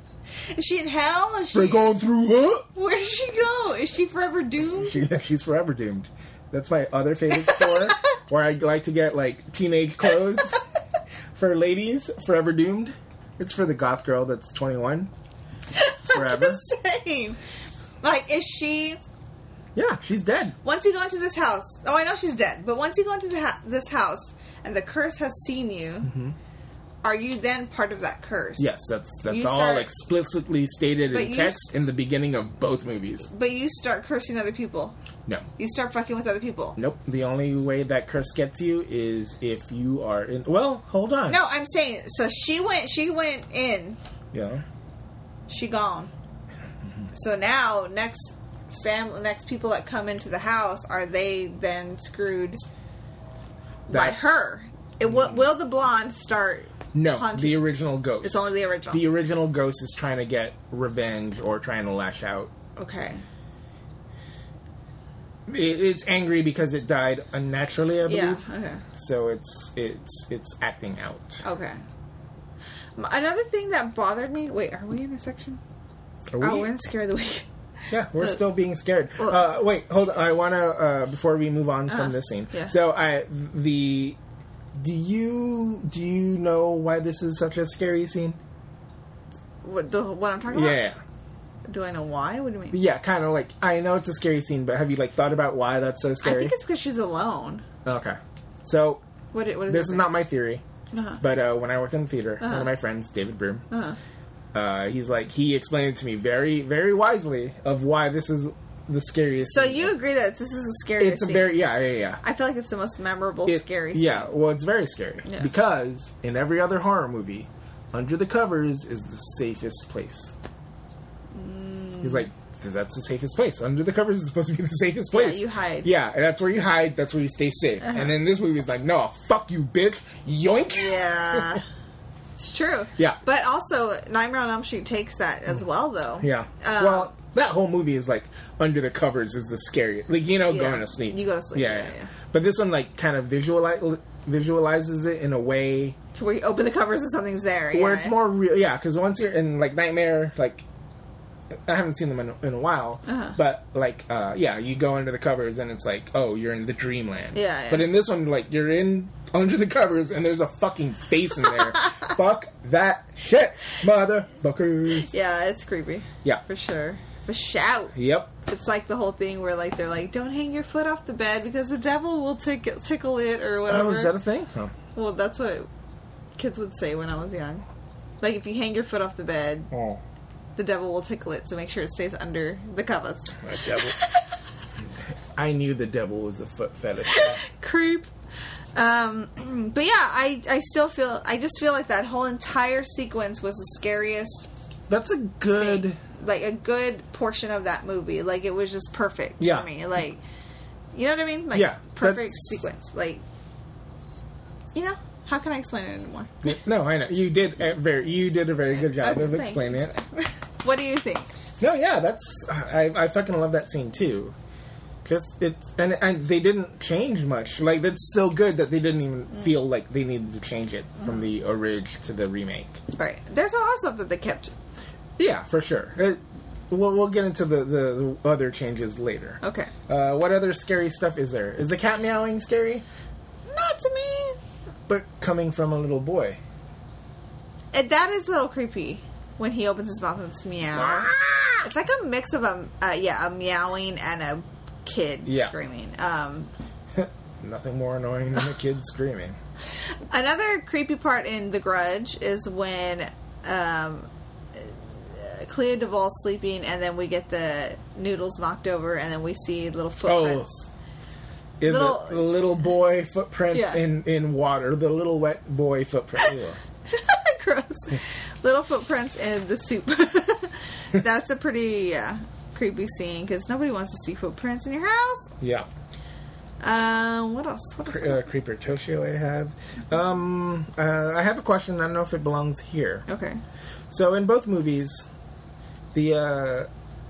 Speaker 3: is she in hell? Is she
Speaker 2: Break on through, huh?
Speaker 3: where did she go? Is she forever doomed?
Speaker 2: She, she's forever doomed. That's my other favorite store where I like to get like teenage clothes for ladies. Forever doomed. It's for the goth girl that's 21. Forever.
Speaker 3: Same. Like is she
Speaker 2: yeah, she's dead.
Speaker 3: once you go into this house? Oh, I know she's dead, but once you go into the ha- this house and the curse has seen you, are you then part of that curse?
Speaker 2: Mm-hmm. Yes, that's that's
Speaker 3: You
Speaker 2: all
Speaker 3: start-
Speaker 2: explicitly stated
Speaker 3: But
Speaker 2: in
Speaker 3: you
Speaker 2: text in the beginning of both movies.
Speaker 3: But you start cursing other people.
Speaker 2: No.
Speaker 3: You start fucking with other people.
Speaker 2: Nope. The only way that curse gets you is if you are in. Well, hold on.
Speaker 3: No, I'm saying so she went she went in.
Speaker 2: Yeah.
Speaker 3: She gone.
Speaker 2: Mm-hmm.
Speaker 3: So now next family next people that come into the house are they then screwed by
Speaker 2: That-
Speaker 3: her? It, will, will the blonde start?
Speaker 2: No.
Speaker 3: haunted.
Speaker 2: The original ghost.
Speaker 3: It's only the original.
Speaker 2: the original ghost is trying to get revenge or trying to lash out.
Speaker 3: okay.
Speaker 2: It, it's angry because it died unnaturally, I
Speaker 3: Yeah.
Speaker 2: believe.
Speaker 3: Okay.
Speaker 2: So it's it's it's acting out.
Speaker 3: Okay. M- Another thing that bothered me. Wait, are we in a section?
Speaker 2: Are we-
Speaker 3: Oh, we're in Scare of the Week.
Speaker 2: Yeah, we're
Speaker 3: Uh,
Speaker 2: still being scared.
Speaker 3: well-
Speaker 2: Uh, wait, hold on. I want to uh, before we move on
Speaker 3: Uh-huh.
Speaker 2: from this scene.
Speaker 3: Yeah.
Speaker 2: So I the do you do you know why this is such a scary scene?
Speaker 3: What, the, what I'm talking about?
Speaker 2: Yeah,
Speaker 3: Do I know why? What do you mean?
Speaker 2: yeah, kind of like I know it's a scary scene, but have you like thought about why that's so
Speaker 3: I
Speaker 2: scary?
Speaker 3: think it's because she's alone.
Speaker 2: okay. So
Speaker 3: What? it- What is
Speaker 2: this
Speaker 3: it?
Speaker 2: is not my theory,
Speaker 3: Uh-huh.
Speaker 2: but uh, when I worked in the theater, one of my friends, David Broom,
Speaker 3: Uh-huh.
Speaker 2: uh, he's like he explained it to me very very wisely of why this is the scariest.
Speaker 3: So
Speaker 2: scene.
Speaker 3: you agree that this is a scary?
Speaker 2: it's a very yeah yeah yeah.
Speaker 3: I feel like it's the most memorable
Speaker 2: It-
Speaker 3: scary.
Speaker 2: Yeah, well, it's very scary
Speaker 3: Yeah.
Speaker 2: because in every other horror movie, under the covers is the safest place.
Speaker 3: Mm.
Speaker 2: He's like, that's the safest place. Under the covers is supposed to be the safest
Speaker 3: Yeah,
Speaker 2: place.
Speaker 3: you hide. Uh-huh.
Speaker 2: Yeah, and that's where you hide. That's where you stay safe. And then this movie is like, no, fuck you, bitch, yoink.
Speaker 3: Scene. Yeah. it's true.
Speaker 2: Yeah.
Speaker 3: But also, Nightmare on Elm Street takes that as well, though.
Speaker 2: Yeah.
Speaker 3: Um,
Speaker 2: well, that whole movie is like under the covers is the scariest. Like you know,
Speaker 3: Yeah.
Speaker 2: going to sleep.
Speaker 3: You go to sleep, yeah, yeah.
Speaker 2: But this one like kind of visualize visualizes it in a way
Speaker 3: to where you open the covers and something's there.
Speaker 2: where
Speaker 3: yeah.
Speaker 2: it's more real. Yeah, because once you're in like Nightmare, like I haven't seen them in, in a while,
Speaker 3: Uh-huh.
Speaker 2: but like uh, yeah, you go under the covers and it's like oh, you're in the dreamland.
Speaker 3: Yeah, yeah.
Speaker 2: But in this one, like you're in under the covers and there's a fucking face in there. Fuck that shit, motherfuckers.
Speaker 3: Yeah, it's creepy
Speaker 2: Yeah.
Speaker 3: for sure. But shout.
Speaker 2: Yep.
Speaker 3: It's like the whole thing where like they're like, don't hang your foot off the bed because the devil will tick- tickle it or whatever.
Speaker 2: Oh, is that a thing? Oh.
Speaker 3: well, that's what kids would say when I was young. Like if you hang your foot off the bed,
Speaker 2: Oh,
Speaker 3: the devil will tickle it. So make sure it stays under the covers.
Speaker 2: that devil. I knew the devil was a foot fetish.
Speaker 3: creep. Um, but yeah, I, I still feel I just feel like that whole entire sequence was the scariest,
Speaker 2: That's a good.
Speaker 3: like a good portion of that movie. Like it was just perfect
Speaker 2: Yeah.
Speaker 3: for me. Like you know what I mean? Like
Speaker 2: Yeah,
Speaker 3: perfect
Speaker 2: that's-
Speaker 3: sequence. Like you know how can I explain it anymore?
Speaker 2: No, I know you Oh, did a very. You did a very good job
Speaker 3: Okay,
Speaker 2: of
Speaker 3: thank
Speaker 2: explaining
Speaker 3: you,
Speaker 2: it.
Speaker 3: sir. what do you think?
Speaker 2: No, yeah, that's I, I fucking love that scene too. Just it's and and they didn't change much. Like that's so good that they didn't even feel like they needed to change it from the orig to the remake.
Speaker 3: All right, there's a lot of stuff that they kept.
Speaker 2: Yeah, for sure. It, we'll we'll get into the, the, the other changes later.
Speaker 3: Okay,
Speaker 2: Uh, what other scary stuff is there? Is the cat meowing scary?
Speaker 3: not to me.
Speaker 2: But coming from a little boy.
Speaker 3: And that is a little creepy when he opens his mouth and it's meow. It's like a mix of a uh, yeah, a meowing and a kid
Speaker 2: Yeah.
Speaker 3: screaming. Um,
Speaker 2: Nothing more annoying than a kid screaming.
Speaker 3: another creepy part in The Grudge is when um, uh, Clea Duvall's sleeping, and then we get the noodles knocked over, and then we see little footprints.
Speaker 2: In
Speaker 3: Little-
Speaker 2: the little boy footprints
Speaker 3: Yeah.
Speaker 2: in, in water, the little wet boy footprint. Ew.
Speaker 3: Gross. little footprints in the soup. That's a pretty yeah, creepy scene because nobody wants to see footprints in your house.
Speaker 2: yeah.
Speaker 3: Um, what else? What else?
Speaker 2: uh, Creeper Toshio I have. Um, uh, I have a question. I don't know if it belongs here.
Speaker 3: okay.
Speaker 2: So in both movies, the uh,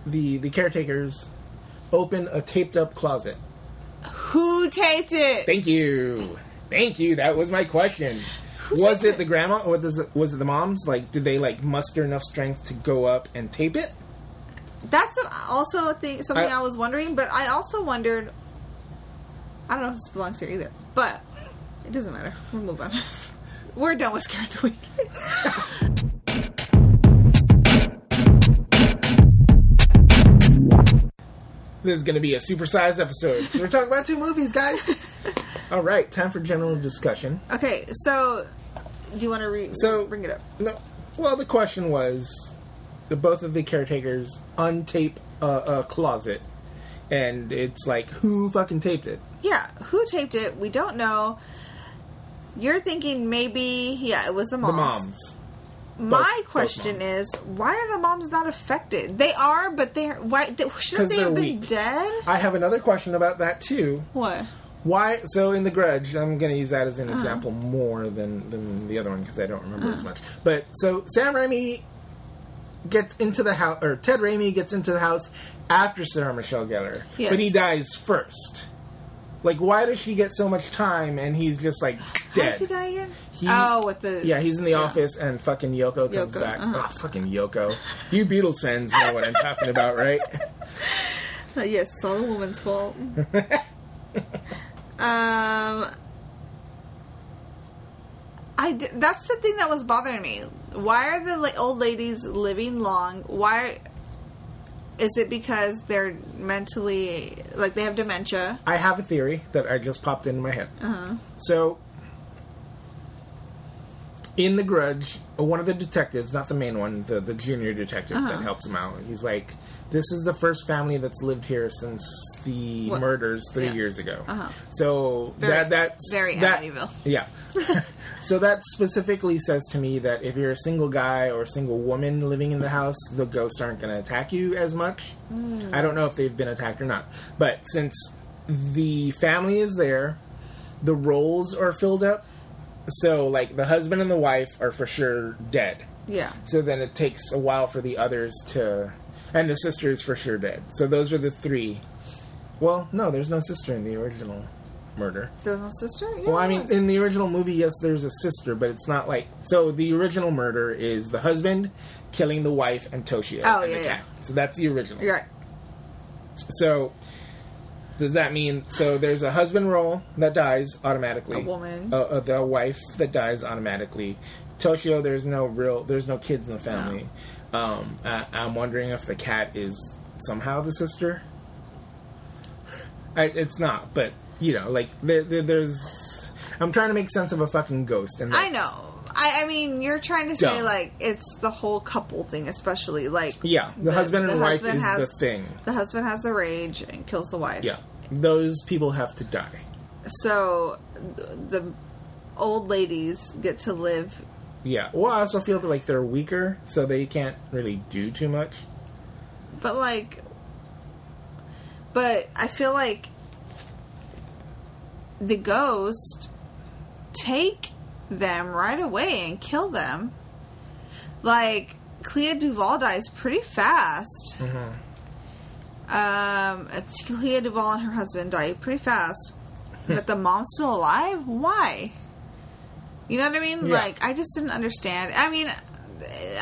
Speaker 2: the the caretakers open a taped up closet?
Speaker 3: Who taped it?
Speaker 2: Thank you. Thank you. That was my question. was
Speaker 3: taped
Speaker 2: it the grandma or was it, was it the moms? Like, did they like muster enough strength to go up and tape it?
Speaker 3: That's an, also a thing, something I,
Speaker 2: I-
Speaker 3: was wondering, but I also wondered. I don't know if this belongs here either, but it doesn't matter. We'll move on. We're done with Scare of the Week.
Speaker 2: This is going to be a supersized episode. So we're talking about two movies, guys. All right, time for general discussion.
Speaker 3: okay, so do you want to re-
Speaker 2: So-
Speaker 3: bring it up?
Speaker 2: No, well, the question was, the both of the caretakers untape a, a closet, and it's like, who fucking taped it?
Speaker 3: Yeah, who taped it? We don't know. You're thinking maybe, yeah, it was the
Speaker 2: The
Speaker 3: moms.
Speaker 2: moms.
Speaker 3: My
Speaker 2: both
Speaker 3: question
Speaker 2: moms.
Speaker 3: is, why are the moms not affected? They are, but they're why they,
Speaker 2: 'Cause
Speaker 3: shouldn't they
Speaker 2: they're
Speaker 3: have been
Speaker 2: weak.
Speaker 3: dead?
Speaker 2: I have another question about that too.
Speaker 3: What?
Speaker 2: Why? So in The Grudge, I'm going to use that as
Speaker 3: Uh-huh.
Speaker 2: an example more than than the other one because I don't remember as much. But so Sam Raimi gets into the house, or Ted Raimi gets into the house after Sarah Michelle Gellar,
Speaker 3: Yes.
Speaker 2: but he dies first. Like, why does she get so much time and he's just like
Speaker 3: How
Speaker 2: dead?
Speaker 3: is he dying? again?
Speaker 2: He-
Speaker 3: oh, with the
Speaker 2: Yeah, he's in the office and fucking Yoko comes
Speaker 3: Yoko,
Speaker 2: back.
Speaker 3: uh-huh.
Speaker 2: Ah, fucking Yoko. You Beatles fans know what I'm talking about, right?
Speaker 3: Uh, Yes, it's all the woman's fault. um, I d- that's the thing that was bothering me. Why are the la- old ladies living long? Why is it because they're mentally like they have dementia?
Speaker 2: I have a theory that I just popped into my head.
Speaker 3: Uh-huh.
Speaker 2: So, in The Grudge, one of the detectives, not the main one, the, the junior detective
Speaker 3: Uh-huh.
Speaker 2: that helps him out, he's like, This is the first family that's lived here since the
Speaker 3: What?
Speaker 2: murders three
Speaker 3: Yeah. Uh-huh.
Speaker 2: years ago. So,
Speaker 3: Very-
Speaker 2: that that's.
Speaker 3: very
Speaker 2: that,
Speaker 3: Amityville.
Speaker 2: Yeah. so, that specifically says to me that if you're a single guy or a single woman living in the house, the ghosts aren't going to attack you as much.
Speaker 3: Hmm.
Speaker 2: I don't know if they've been attacked or not. But since the family is there, the roles are filled up. So, like, the husband and the wife are for sure dead.
Speaker 3: Yeah,
Speaker 2: So then it takes a while for the others to. And the sister is for sure dead. So those were the three. Well, no, there's no sister in the original murder.
Speaker 3: there's no sister. Yeah,
Speaker 2: Well, I
Speaker 3: there
Speaker 2: mean,
Speaker 3: was.
Speaker 2: in the original movie, yes, there's a sister, but it's not like. So the original murder is the husband killing the wife and Toshio.
Speaker 3: Oh,
Speaker 2: and the
Speaker 3: yeah, yeah.
Speaker 2: cat. So that's the original.
Speaker 3: You're right.
Speaker 2: So does that mean so there's a husband role that dies automatically?
Speaker 3: A woman.
Speaker 2: Uh, uh, the wife that dies automatically. Toshio, there's no real, there's no kids in the family. Um, I, I'm wondering if the cat is somehow the sister. I, it's not, but you know, like there, there, there's. I'm trying to make sense of a fucking ghost, and
Speaker 3: I
Speaker 2: that's-
Speaker 3: know. I, I mean, you're trying to say
Speaker 2: Dumb.
Speaker 3: like it's the whole couple thing, especially like
Speaker 2: Yeah, the, husband and wife
Speaker 3: husband
Speaker 2: is
Speaker 3: has-
Speaker 2: the thing.
Speaker 3: The husband has the rage and kills the wife.
Speaker 2: Yeah, those people have to die.
Speaker 3: So th- the old ladies get to live.
Speaker 2: Yeah. Well, I also feel that like they're weaker, so they can't really do too much.
Speaker 3: But like, but I feel like the ghost take them right away and kill them. Like Clea Duval dies pretty fast. Um, it's- Clea Duval and her husband die pretty fast, but the mom's still alive. Why? You know what I mean?
Speaker 2: Yeah.
Speaker 3: Like I just didn't understand. I mean,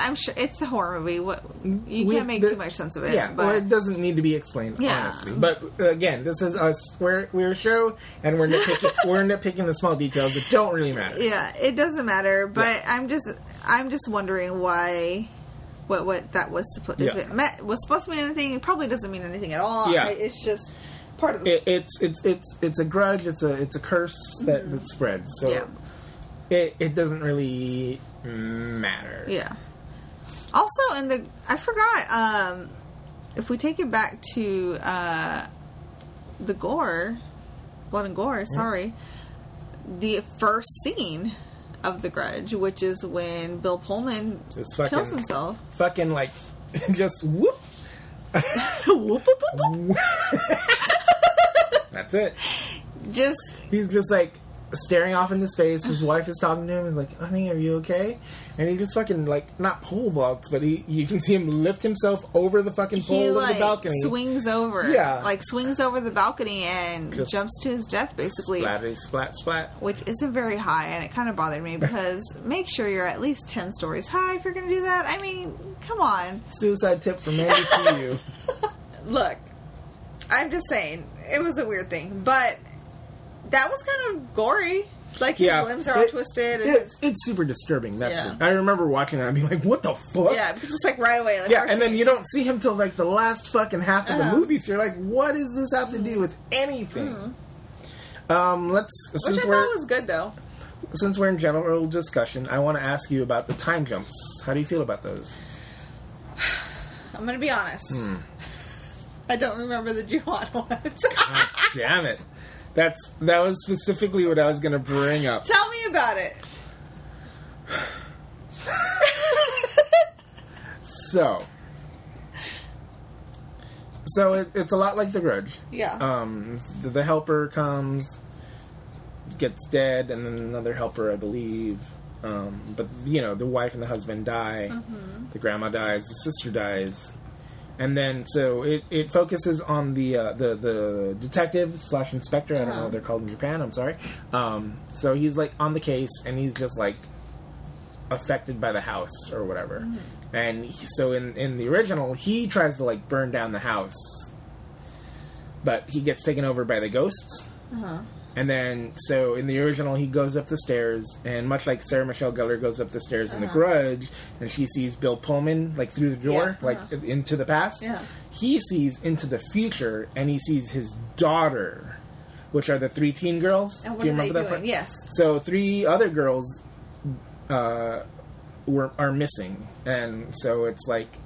Speaker 3: I'm sure it's a horror movie. What you
Speaker 2: We-
Speaker 3: can't make
Speaker 2: the-
Speaker 3: too much sense of it.
Speaker 2: Yeah.
Speaker 3: but
Speaker 2: Well, it doesn't need to be explained,
Speaker 3: Yeah.
Speaker 2: honestly. But uh, again, this is us. We're we're a show, and we're nitpicking, we're nitpicking the small details that don't really matter.
Speaker 3: yeah it doesn't matter but i'm just i'm just wondering why what what that was supposed if
Speaker 2: Yeah.
Speaker 3: it meant was supposed to mean anything it probably doesn't mean anything at all
Speaker 2: Yeah.
Speaker 3: I- it's just part of the
Speaker 2: It, it's it's it's it's a grudge. It's a it's a curse that, that spreads. So
Speaker 3: Mm-hmm. yeah
Speaker 2: it it doesn't really matter.
Speaker 3: yeah also in the i forgot um if we take it back to uh the gore blood and gore
Speaker 2: Mm-hmm.
Speaker 3: sorry the first scene of the grudge which is when bill pullman
Speaker 2: It's fucking-
Speaker 3: kills himself
Speaker 2: Fucking like just whoop.
Speaker 3: Whoop, whoop, whoop, whoop.
Speaker 2: That's it.
Speaker 3: just
Speaker 2: He's just like staring off into space. His wife is talking to him. He's like, "Honey, are you okay?" And he just fucking like not pole vaults, but he you can see him lift himself over the fucking pole
Speaker 3: He
Speaker 2: of
Speaker 3: like
Speaker 2: the balcony.
Speaker 3: swings over,
Speaker 2: Yeah.
Speaker 3: like swings over the balcony and
Speaker 2: Just-
Speaker 3: jumps to his death, basically,
Speaker 2: Splatty, eh, splat, splat.
Speaker 3: which isn't very high, and it kind of bothered me because make sure you're at least ten stories high if you're going to do that. I mean, come on,
Speaker 2: Suicide tip from Andy to you.
Speaker 3: look, I'm just saying it was a weird thing, but that was kind of gory. Like his
Speaker 2: Yeah.
Speaker 3: limbs are all
Speaker 2: It-
Speaker 3: twisted, and
Speaker 2: It's, it's super disturbing. That's
Speaker 3: Yeah.
Speaker 2: what- I remember watching that and being like, "What the fuck?"
Speaker 3: yeah, because it's like right away. Like,
Speaker 2: Yeah,
Speaker 3: first
Speaker 2: and then
Speaker 3: thing-
Speaker 2: you don't see him till like the last fucking half of
Speaker 3: Uh-huh.
Speaker 2: the movie. So you're like, what does this have to do with anything? Um, let's
Speaker 3: Mm-hmm. which I
Speaker 2: since
Speaker 3: thought
Speaker 2: we're
Speaker 3: was good though.
Speaker 2: since we're in general discussion, I want to ask you about the time jumps. How do you feel about those?
Speaker 3: I'm gonna be honest.
Speaker 2: Hmm.
Speaker 3: I don't remember the Juhan ones.
Speaker 2: Damn it, that's that was specifically what I was gonna bring up.
Speaker 3: Tell me about it.
Speaker 2: So, so it, it's a lot like The Grudge.
Speaker 3: Yeah.
Speaker 2: Um, the, the helper comes, gets dead, and then another helper, I believe. Um, but you know, the wife and the husband die. The grandma dies. The sister dies. And then, so it, it focuses on the uh, the the detective slash inspector. I don't know what they're called in Japan. I'm sorry. Um, so he's like on the case, and he's just like affected by the house or whatever. And he- so in in the original, he tries to like burn down the house, but he gets taken over by the ghosts.
Speaker 3: Uh-huh.
Speaker 2: And then so in the original, he goes up the stairs, and much like Sarah Michelle Gellar goes up the stairs in
Speaker 3: Uh-huh.
Speaker 2: The Grudge, and she sees Bill Pullman like through the door,
Speaker 3: Yeah,
Speaker 2: like
Speaker 3: uh-huh.
Speaker 2: into the past.
Speaker 3: Yeah.
Speaker 2: He sees into the future, and he sees his daughter, which are the three teen girls.
Speaker 3: and what
Speaker 2: Do you
Speaker 3: are they
Speaker 2: remember
Speaker 3: doing?
Speaker 2: that part?
Speaker 3: Yes.
Speaker 2: So three other girls uh, were are missing, and so it's like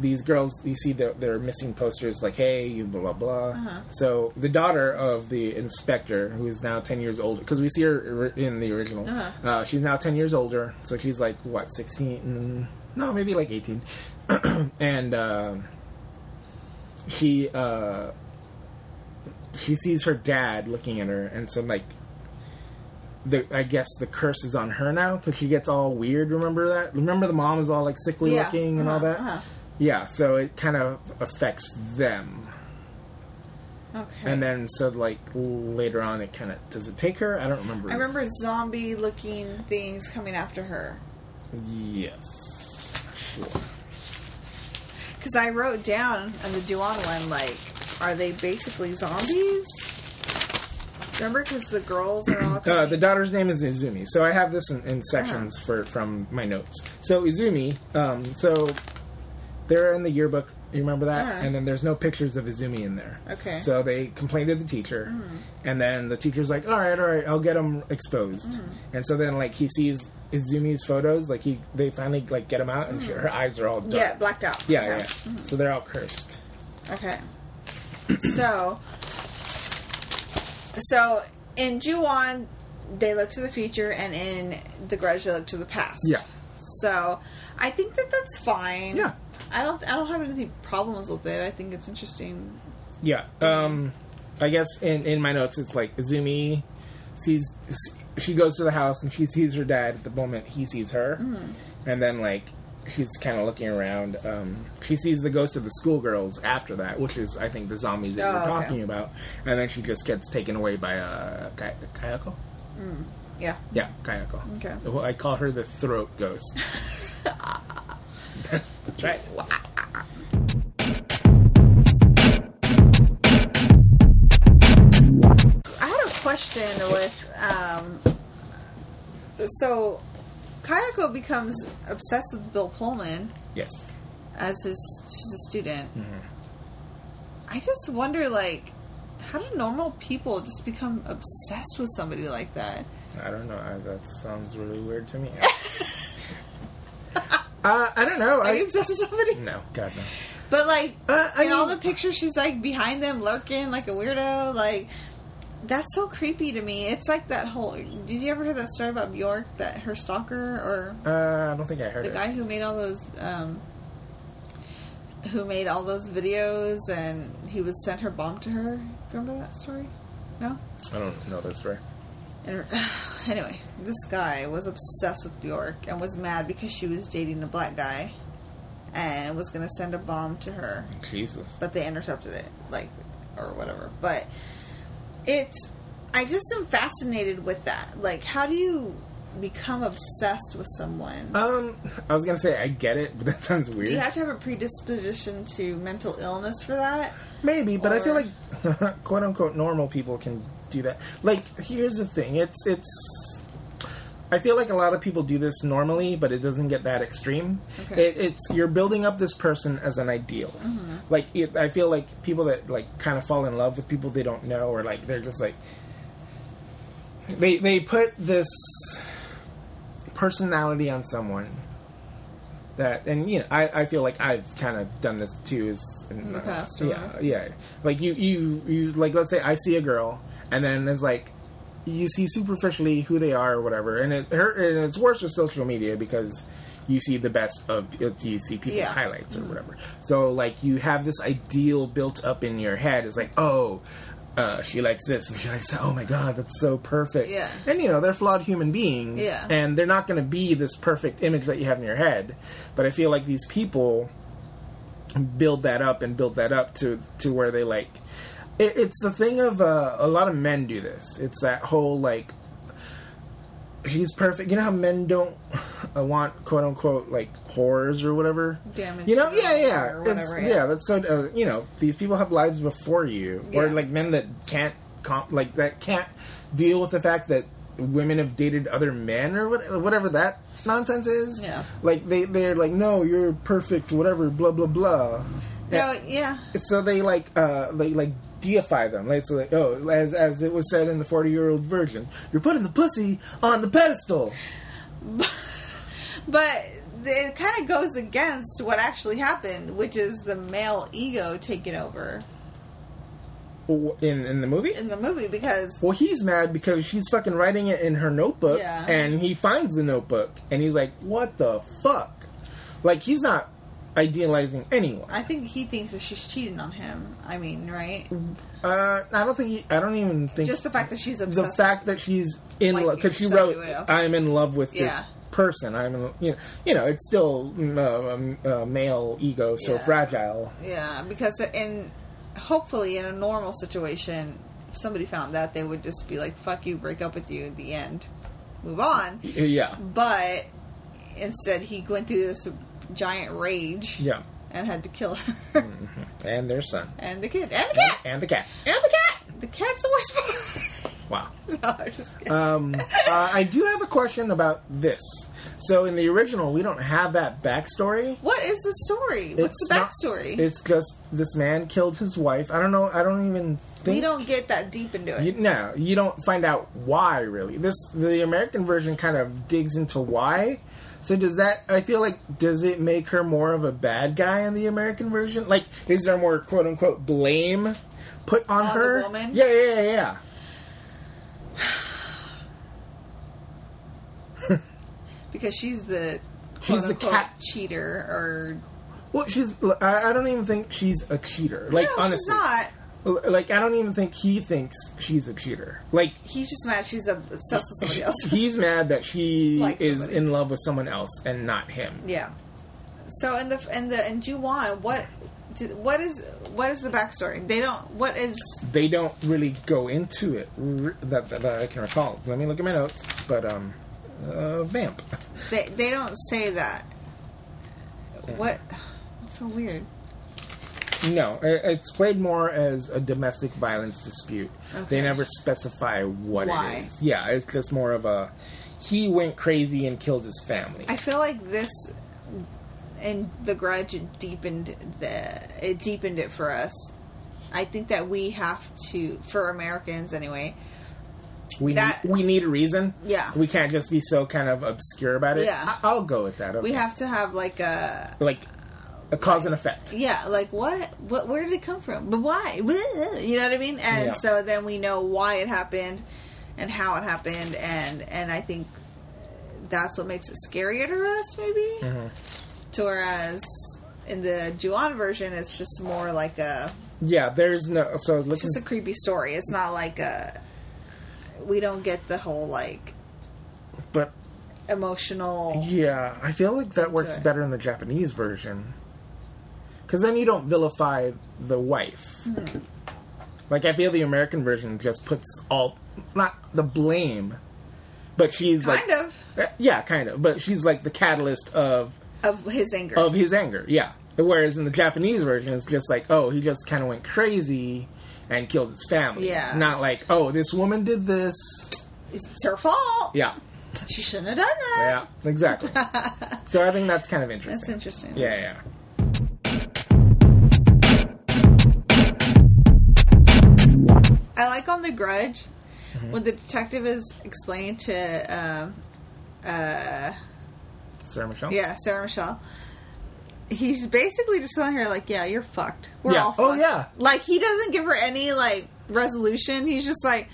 Speaker 2: these girls. You see, the, their missing posters like, "Hey, you blah blah blah." So the daughter of the inspector, who is now ten years older, because we see her ori- in the original,
Speaker 3: Uh-huh.
Speaker 2: uh, she's now ten years older. So she's like what sixteen? No, maybe like eighteen, and. Uh, she uh she sees her dad looking at her and so like the i guess the curse is on her now because she gets all weird remember that remember the mom is all like sickly
Speaker 3: Yeah.
Speaker 2: looking and all
Speaker 3: Uh-huh,
Speaker 2: that
Speaker 3: uh-huh.
Speaker 2: yeah so it kind of affects them
Speaker 3: Okay.
Speaker 2: and then so like later on it kind of does it take her i don't remember
Speaker 3: I remember zombie looking things coming after her.
Speaker 2: yes sure.
Speaker 3: Because I wrote down on the Duan one, like, are they basically zombies? Remember, because the girls are all.
Speaker 2: Uh, the daughter's name is Izumi. So I have this in, in sections
Speaker 3: Ah.
Speaker 2: for from my notes. So Izumi, um, so they're in the yearbook. You remember that?
Speaker 3: Uh-huh.
Speaker 2: And then there's no pictures of Izumi in there.
Speaker 3: Okay. Mm.
Speaker 2: So they complained to the teacher, and then the teacher's like, "All right, all right, I'll get them exposed."
Speaker 3: Mm.
Speaker 2: And so then like he sees Izumi's photos. Like he, they finally like get them out, and she, her eyes are all dark.
Speaker 3: Mm. yeah, Mm. blacked out.
Speaker 2: yeah,
Speaker 3: Okay.
Speaker 2: yeah. yeah. So they're all cursed.
Speaker 3: Okay. so, so in Ju-on, they look to the future, and in The Grudge, they look to the past.
Speaker 2: Yeah.
Speaker 3: So, I think that that's fine.
Speaker 2: Yeah.
Speaker 3: I don't. I don't have any problems with it. I think it's interesting.
Speaker 2: Yeah. Um, I guess in, in my notes it's like Izumi sees she goes to the house and she sees her dad at the moment he sees her,
Speaker 3: Mm.
Speaker 2: and then like she's kind of looking around. Um, she sees the ghost of the schoolgirls after that, which is I think the zombies that
Speaker 3: Oh,
Speaker 2: we're
Speaker 3: okay.
Speaker 2: talking about, and then she just gets taken away by uh, Kay- Kayako.
Speaker 3: Yeah.
Speaker 2: Yeah, Kayako.
Speaker 3: Okay.
Speaker 2: Well, I call her the throat ghost. That's right.
Speaker 3: I had a question with um so Kayako becomes obsessed with Bill Pullman
Speaker 2: Yes.
Speaker 3: as his she's a student.
Speaker 2: Mm-hmm.
Speaker 3: I just wonder like how do normal people just become obsessed with somebody like that?
Speaker 2: I don't know. I, that sounds really weird to me. uh, I don't know.
Speaker 3: Are you
Speaker 2: I,
Speaker 3: obsessed with somebody?
Speaker 2: no, God no.
Speaker 3: But like
Speaker 2: Uh, I
Speaker 3: in all the
Speaker 2: mean-
Speaker 3: pictures she's like behind them lurking like a weirdo, like that's so creepy to me. It's like that whole did you ever hear that story about Bjork that her stalker or
Speaker 2: Uh, I don't think I heard
Speaker 3: the
Speaker 2: it.
Speaker 3: guy who made all those um, who made all those videos and he was sent her bomb to her remember that story no
Speaker 2: I don't know this story.
Speaker 3: And her, anyway, this guy was obsessed with Bjork and was mad because she was dating a black guy and was going to send a bomb to her,
Speaker 2: Jesus.
Speaker 3: but they intercepted it, like, or whatever. But it's, I just am fascinated with that. Like, how do you become obsessed with someone?
Speaker 2: Um, I was gonna say I get it, but that sounds weird.
Speaker 3: do you have to have a predisposition to mental illness for that?
Speaker 2: Maybe, but I feel
Speaker 3: Or-
Speaker 2: like quote unquote normal people can do that. Like, here's the thing: it's it's. I feel like a lot of people do this normally, but it doesn't get that extreme.
Speaker 3: Okay. Mm-hmm.
Speaker 2: It, it's you're building up this person as an ideal. Like, it, I feel like people that like kind of fall in love with people they don't know, or like they're just like they they put this personality on someone that and you know I, I feel like I've kind of done this too is in,
Speaker 3: the
Speaker 2: uh,
Speaker 3: past, uh-huh. or
Speaker 2: yeah
Speaker 3: whatever.
Speaker 2: yeah like you you you like let's say I see a girl and then there's like you see superficially who they are or whatever and it her and it's worse with social media because you see the best of uh, you see people's
Speaker 3: Yeah. Mm-hmm.
Speaker 2: highlights or whatever so like you have this ideal built up in your head it's like oh uh, she likes this and she likes that. Oh my god, that's so perfect.
Speaker 3: Yeah.
Speaker 2: And you know, they're flawed human beings.
Speaker 3: Yeah.
Speaker 2: And they're not going to be this perfect image that you have in your head. But I feel like these people build that up and build that up to to where they like. It, it's the thing of uh, a lot of men do this. It's that whole like. She's perfect. You know how men don't uh, want quote unquote like whores or whatever.
Speaker 3: Damage
Speaker 2: You know,
Speaker 3: to
Speaker 2: yeah,
Speaker 3: those
Speaker 2: yeah,
Speaker 3: or
Speaker 2: It's-
Speaker 3: whatever, yeah.
Speaker 2: yeah. That's so. Uh, you know, these people have lives before you, or
Speaker 3: Yeah.
Speaker 2: like men that can't comp, like that can't deal with the fact that women have dated other men or what, whatever that nonsense is.
Speaker 3: Yeah.
Speaker 2: Like they they're like, no, you're perfect, whatever, blah blah blah.
Speaker 3: No, yeah.
Speaker 2: So they like uh they like deify them. Like, so like oh, as as it was said in the forty year old virgin, you're putting the pussy on the pedestal.
Speaker 3: But it kind of goes against what actually happened, which is the male ego taking over
Speaker 2: W- In in the movie.
Speaker 3: in the movie because
Speaker 2: Well, he's mad because she's fucking writing it in her notebook,
Speaker 3: Yeah.
Speaker 2: and he finds the notebook, and he's like, "What the fuck?" Like he's not idealizing anyone.
Speaker 3: I think he thinks that she's cheating on him. I mean, right?
Speaker 2: Uh, I don't think. He, I don't even think
Speaker 3: Just the fact that she's
Speaker 2: the
Speaker 3: obsessed.
Speaker 2: fact that she's in
Speaker 3: Like
Speaker 2: love because she
Speaker 3: somebody
Speaker 2: wrote,
Speaker 3: else.
Speaker 2: "I'm in love with
Speaker 3: Yeah.
Speaker 2: this person." I'm, in, you know, you know, it's still mm, uh, um, uh, male ego so
Speaker 3: Yeah.
Speaker 2: fragile.
Speaker 3: yeah, because in hopefully in a normal situation, if somebody found that, they would just be like, "Fuck you, break up with you." At the end, move on.
Speaker 2: Yeah,
Speaker 3: But instead, he went through this giant rage
Speaker 2: yeah,
Speaker 3: and had to kill her
Speaker 2: and their son,
Speaker 3: and the kid and the cat.
Speaker 2: and the cat,
Speaker 3: And the cat. The cat's the worst part.
Speaker 2: Wow.
Speaker 3: no, I'm just kidding.
Speaker 2: Um, uh, I do have a question about this. So in the original, we don't have that backstory.
Speaker 3: what is the story? What's
Speaker 2: It's
Speaker 3: the
Speaker 2: not-
Speaker 3: backstory?
Speaker 2: it's just this man killed his wife. I don't know. I don't even think.
Speaker 3: we don't get that deep into it.
Speaker 2: You, no, you don't find out why really. This the American version kind of digs into why. So does that? I feel like does it make her more of a bad guy in the American version? Like, is there more quote unquote blame put on,
Speaker 3: On the
Speaker 2: her?
Speaker 3: woman?
Speaker 2: Yeah, yeah, yeah, yeah.
Speaker 3: because she's the
Speaker 2: She's the
Speaker 3: quote-unquote
Speaker 2: cat.
Speaker 3: cheater or
Speaker 2: Well, she's. I, I don't even think she's a cheater. Like,
Speaker 3: no,
Speaker 2: honestly,
Speaker 3: she's not.
Speaker 2: L- like I don't even think he thinks she's a cheater. Like
Speaker 3: He's just mad she's obsessed with somebody else.
Speaker 2: he's mad that she
Speaker 3: Like
Speaker 2: is
Speaker 3: somebody.
Speaker 2: in love with someone else and not him.
Speaker 3: yeah. So in the in the in Juwan, what do- what is what is the backstory? They don't. What is
Speaker 2: They don't really go into it r- that, that, that I can recall. Let me look at my notes. But um, uh, vamp.
Speaker 3: they they don't say that. What? It's so weird.
Speaker 2: No, i- it's played more as a domestic violence dispute.
Speaker 3: Okay.
Speaker 2: They never specify what
Speaker 3: Why?
Speaker 2: it is. Yeah, it's just more of a he went crazy and killed his family.
Speaker 3: I feel like this and the grudge it deepened the it deepened it for us. I think that we have to for Americans anyway.
Speaker 2: we
Speaker 3: that-
Speaker 2: need, we need a reason.
Speaker 3: Yeah.
Speaker 2: we can't just be so kind of obscure about it.
Speaker 3: Yeah.
Speaker 2: I- I'll go with that.
Speaker 3: We
Speaker 2: okay.
Speaker 3: have to have like a
Speaker 2: like a cause and effect.
Speaker 3: yeah, like what what where did it come from? But why? You know what I mean? And
Speaker 2: Yeah.
Speaker 3: so then we know why it happened and how it happened and and I think that's what makes it scarier to us maybe.
Speaker 2: Mm-hmm.
Speaker 3: To whereas in the Juan version it's just more like a
Speaker 2: Yeah, there's no. So look,
Speaker 3: just a creepy story. It's not like a we don't get the whole like
Speaker 2: But
Speaker 3: emotional.
Speaker 2: yeah, I feel like that works
Speaker 3: it.
Speaker 2: better in the Japanese version. Because then you don't vilify the wife. Like, I feel the American version just puts all, not the blame, but she's like. Uh,
Speaker 3: Kind of
Speaker 2: Yeah, kind of. But she's like the catalyst of
Speaker 3: of his anger.
Speaker 2: of his anger. Yeah. Whereas in the Japanese version, it's just like, oh, he just kind of went crazy and killed his family.
Speaker 3: Yeah.
Speaker 2: Not like, oh, this woman did this.
Speaker 3: it's her fault.
Speaker 2: Yeah.
Speaker 3: She shouldn't have done that.
Speaker 2: Yeah. Exactly. so I think that's kind of
Speaker 3: That's
Speaker 2: interesting.
Speaker 3: interesting.
Speaker 2: yeah. Yeah.
Speaker 3: I like on The Grudge
Speaker 2: Mm-hmm.
Speaker 3: when the detective is explaining to um,
Speaker 2: Sarah Michelle.
Speaker 3: yeah Sarah Michelle. He's basically just telling her like, "Yeah, you're fucked. We're
Speaker 2: Yeah.
Speaker 3: all fucked."
Speaker 2: Oh, yeah.
Speaker 3: Like he doesn't give her any like resolution. He's just like,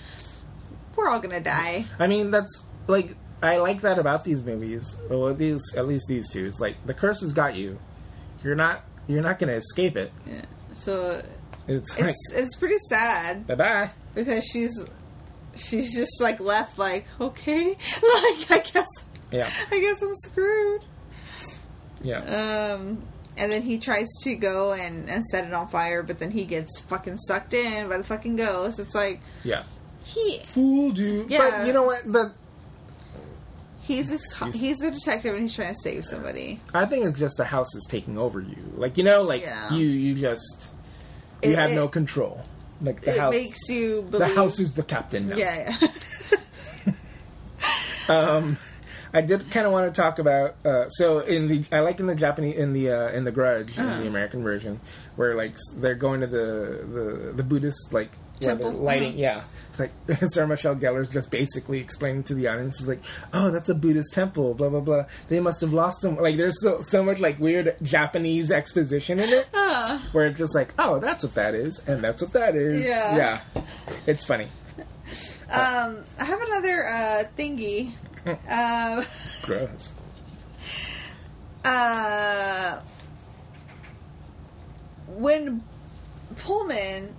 Speaker 3: "We're all gonna die."
Speaker 2: I mean, that's like I like that about these movies. Well, at these at least these two. It's like the curse has got you. You're not. You're not going to escape it.
Speaker 3: Yeah. So
Speaker 2: It's, like
Speaker 3: it's it's pretty sad
Speaker 2: bye bye.
Speaker 3: because she's she's just like left like okay like I guess
Speaker 2: Yeah.
Speaker 3: I guess I'm screwed.
Speaker 2: Yeah.
Speaker 3: Um, and then he tries to go and, and set it on fire, but then he gets fucking sucked in by the fucking ghost. It's like
Speaker 2: yeah.
Speaker 3: he
Speaker 2: Fooled you.
Speaker 3: Yeah.
Speaker 2: But you know what? The
Speaker 3: he's a, he's a detective and he's trying to save somebody.
Speaker 2: I think it's just the house is taking over you. Like you know, like
Speaker 3: Yeah.
Speaker 2: you you just you
Speaker 3: It-
Speaker 2: have
Speaker 3: it-
Speaker 2: no control. Like the
Speaker 3: it
Speaker 2: house,
Speaker 3: makes you
Speaker 2: the
Speaker 3: believe.
Speaker 2: house is the captain now.
Speaker 3: yeah,
Speaker 2: Um, I did kind of want to talk about. Uh, so in the I like in the Japanese in the uh, in the Grudge
Speaker 3: Mm.
Speaker 2: in the American version where like s- they're going to the the the Buddhist like where they're
Speaker 3: Temple.
Speaker 2: lighting
Speaker 3: Mhm.
Speaker 2: yeah. It's like Sarah Michelle Gellar's just basically explaining to the audience, is like, "Oh, that's a Buddhist temple." Blah blah blah. They must have lost some. Like, there's so so much like weird Japanese exposition in it, where it's just like, "Oh, that's what that is," and that's what that is.
Speaker 3: Yeah.
Speaker 2: yeah. It's funny.
Speaker 3: yeah. Um, I have another uh, thingy. Um,
Speaker 2: Gross.
Speaker 3: uh, when Pullman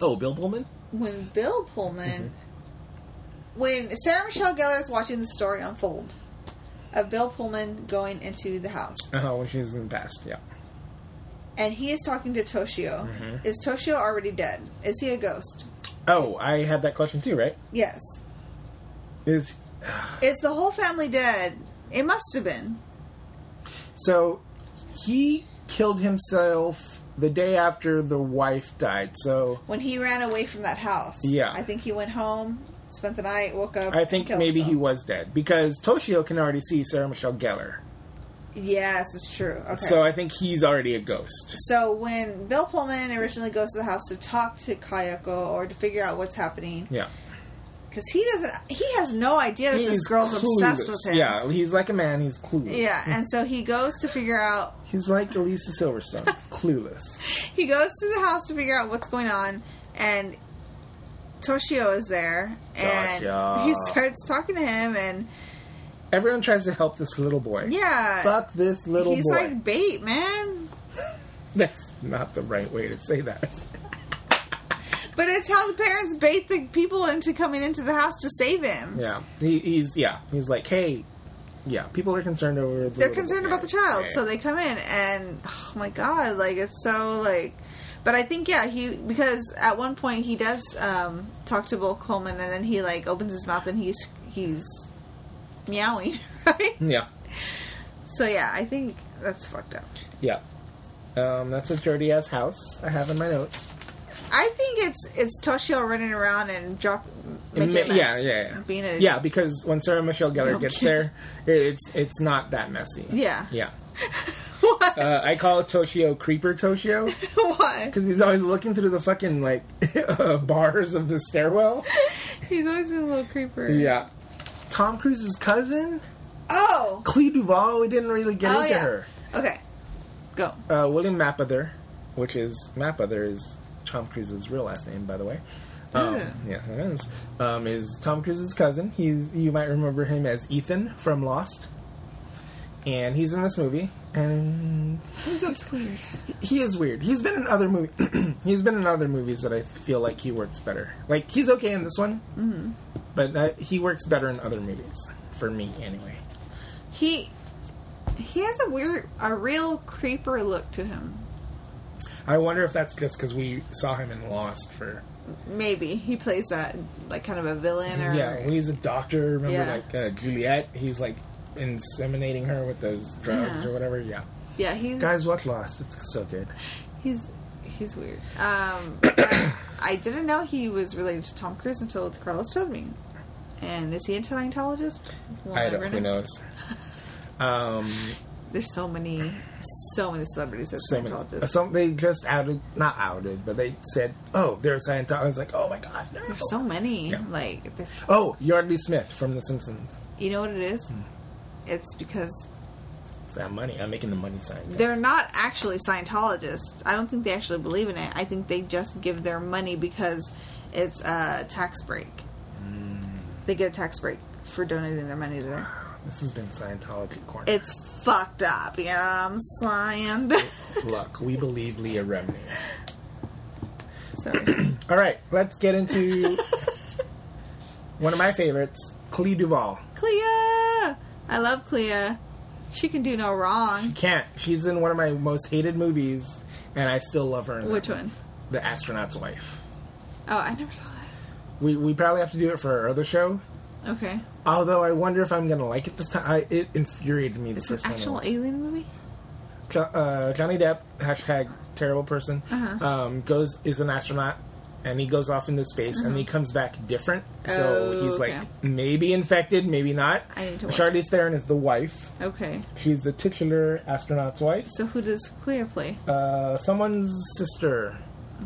Speaker 2: Oh, Bill Pullman.
Speaker 3: when Bill Pullman,
Speaker 2: Mm-hmm.
Speaker 3: when Sarah Michelle Gellar is watching the story unfold of Bill Pullman going into the house,
Speaker 2: Oh, when she's in the past. Yeah.
Speaker 3: and he is talking to Toshio.
Speaker 2: Mm-hmm.
Speaker 3: Is Toshio already dead? Is he a ghost?
Speaker 2: Oh, I had that question too, right?
Speaker 3: Yes.
Speaker 2: Is
Speaker 3: Is the whole family dead? It must have been.
Speaker 2: so he killed himself the day after the wife died. So
Speaker 3: When he ran away from that house.
Speaker 2: Yeah.
Speaker 3: I think he went home, spent the night, woke up.
Speaker 2: I think
Speaker 3: and killed
Speaker 2: maybe he
Speaker 3: himself.
Speaker 2: was dead because Toshio can already see Sarah Michelle Gellar.
Speaker 3: Yes, it's true. Okay.
Speaker 2: So I think he's already a ghost.
Speaker 3: So when Bill Pullman originally goes to the house to talk to Kayako or to figure out what's happening,
Speaker 2: Yeah.
Speaker 3: because he doesn't he has no idea that this girl's obsessed with
Speaker 2: clueless.
Speaker 3: him
Speaker 2: Yeah, he's like a man, he's clueless.
Speaker 3: yeah and so he goes to figure out
Speaker 2: He's like Elisa Silverstone, clueless.
Speaker 3: he goes to the house to figure out what's going on and toshio is there and
Speaker 2: Toshio.
Speaker 3: he starts talking to him and
Speaker 2: Everyone tries to help this little boy.
Speaker 3: yeah
Speaker 2: Fuck this little
Speaker 3: he's
Speaker 2: boy.
Speaker 3: like bait man
Speaker 2: That's not the right way to say that.
Speaker 3: but it's how the parents bait the people into coming into the house to save him
Speaker 2: Yeah, he, he's yeah, he's like, hey, yeah, people are concerned over. The
Speaker 3: they're concerned about the child, so
Speaker 2: they
Speaker 3: they come in and oh my god, like it's so like. But I think yeah, he because at one point he does um, talk to Bill Coleman, and then he like opens his mouth and he's he's meowing, right?
Speaker 2: yeah,
Speaker 3: So yeah, I think that's fucked up.
Speaker 2: yeah. Um, that's a dirty ass house I have in my notes.
Speaker 3: I think it's it's Toshio running around and drop making a
Speaker 2: Ma-
Speaker 3: mess.
Speaker 2: yeah, yeah, yeah.
Speaker 3: being a
Speaker 2: yeah, because when Sarah Michelle Gellar
Speaker 3: I'm
Speaker 2: gets
Speaker 3: kidding.
Speaker 2: there, it, it's it's not that messy.
Speaker 3: yeah.
Speaker 2: yeah.
Speaker 3: What?
Speaker 2: Uh, I call Toshio Creeper Toshio
Speaker 3: what?
Speaker 2: because he's always looking through the fucking like uh, bars of the stairwell.
Speaker 3: He's always been a little creeper.
Speaker 2: Yeah. Tom Cruise's cousin,
Speaker 3: Oh.
Speaker 2: Clea Duvall. We didn't really get
Speaker 3: Oh,
Speaker 2: into
Speaker 3: yeah.
Speaker 2: her.
Speaker 3: Okay. Go.
Speaker 2: uh, William Mapother, which is Mapother is Tom Cruise's real last name, by the way. Um,
Speaker 3: Yeah.
Speaker 2: yeah, it is. Um, is Tom Cruise's cousin. He's you might remember him as Ethan from Lost. and he's in this movie, and he's, he's weird. He is weird. He's been in other movie. he's been in other movies that I feel like he works better. Like he's okay in this one, but uh, he works better in other movies for me anyway.
Speaker 3: He he has a weird, a real creeper look to him.
Speaker 2: I wonder if that's just because we saw him in Lost for
Speaker 3: Maybe he plays that like kind of a villain or
Speaker 2: yeah when he's a doctor. Remember
Speaker 3: Yeah.
Speaker 2: like uh, Juliet? He's like inseminating her with those drugs
Speaker 3: Yeah.
Speaker 2: or whatever. Yeah,
Speaker 3: Yeah, he's
Speaker 2: guys, watch Lost. It's so good.
Speaker 3: he's he's weird. Um, I didn't know he was related to Tom Cruise until Carlos told me. And is he a Scientologist? We'll
Speaker 2: I
Speaker 3: never
Speaker 2: don't. Who knows? Um,
Speaker 3: There's so many, so many celebrities that are
Speaker 2: some,
Speaker 3: Scientologists.
Speaker 2: some they just outed, not outed, but they said, "Oh, they're Scientologists." I was like, "Oh my god!" no."
Speaker 3: There's so many.
Speaker 2: Yeah.
Speaker 3: Like, they're-
Speaker 2: oh, Yardley Smith from The Simpsons.
Speaker 3: you know what it is?
Speaker 2: Hmm.
Speaker 3: It's because
Speaker 2: It's that money. I'm making the money sign.
Speaker 3: they're not actually Scientologists. I don't think they actually believe in it. I think they just give their money because it's a tax break.
Speaker 2: Mm.
Speaker 3: They get a tax break for donating their money to them.
Speaker 2: This has been Scientology corner.
Speaker 3: It's fucked up. You know what I'm saying?
Speaker 2: Look, we believe Leah Remini.
Speaker 3: Sorry.
Speaker 2: All right, let's get into one of my favorites, Clee Duval.
Speaker 3: Clea! I love Clea. She can do no wrong.
Speaker 2: Can't. She's in one of my most hated movies, and I still love her. In that
Speaker 3: Which one?
Speaker 2: The Astronaut's Wife.
Speaker 3: Oh, I never saw that.
Speaker 2: We, we probably have to do it for our other show.
Speaker 3: Okay.
Speaker 2: Although I wonder if I'm gonna like it this time. I, it infuriated me the
Speaker 3: It's an
Speaker 2: first time. I
Speaker 3: actual
Speaker 2: watched it.
Speaker 3: alien movie?
Speaker 2: Jo- uh, Johnny Depp, hashtag terrible person,
Speaker 3: Uh-huh.
Speaker 2: um, goes is an astronaut, and he goes off into space, and he comes back different. So
Speaker 3: Uh-huh. Oh,
Speaker 2: he's like
Speaker 3: okay.
Speaker 2: maybe infected, maybe not.
Speaker 3: I need to watch
Speaker 2: Charlize Theron is the wife.
Speaker 3: Okay.
Speaker 2: She's the titular astronaut's wife.
Speaker 3: So who does Clea play?
Speaker 2: Uh, someone's sister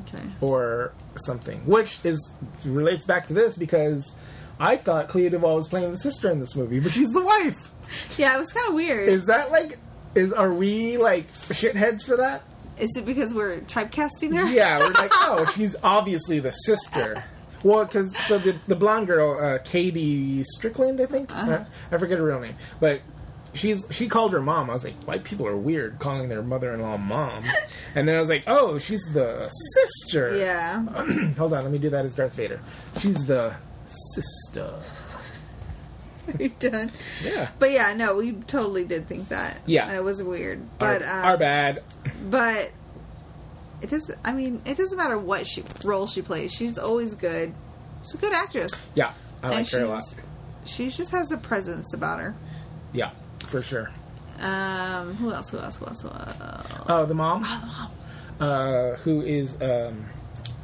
Speaker 3: Okay.
Speaker 2: or something, which is relates back to this because I thought Clea Duvall was playing the sister in this movie, but she's the wife.
Speaker 3: Yeah, it was kind of weird. Is,
Speaker 2: Is that like? Is are we like shitheads for that?
Speaker 3: it because we're typecasting her?
Speaker 2: Yeah, we're like, oh, she's obviously the sister. Well, because so the the blonde girl, uh, Katie Strickland, I think Uh, I forget her real name, but she's she called her mom. I was like, white people are weird calling their mother-in-law mom, and then I was like, oh, she's the sister.
Speaker 3: Yeah.
Speaker 2: Hold on, let me do that as Darth Vader. She's the sister.
Speaker 3: You're done.
Speaker 2: Yeah.
Speaker 3: But yeah, no, we totally did think that.
Speaker 2: Yeah.
Speaker 3: And it was weird. But,
Speaker 2: our,
Speaker 3: um,
Speaker 2: our bad.
Speaker 3: but it does I mean, it doesn't matter what she, role she plays. She's always good. She's a good actress.
Speaker 2: Yeah, I
Speaker 3: and
Speaker 2: like her a
Speaker 3: she's-
Speaker 2: lot.
Speaker 3: She just has a presence about her.
Speaker 2: Yeah, for sure.
Speaker 3: Um, who else? Who else? Who else? Who else?
Speaker 2: Oh, the mom. Uh, who is um,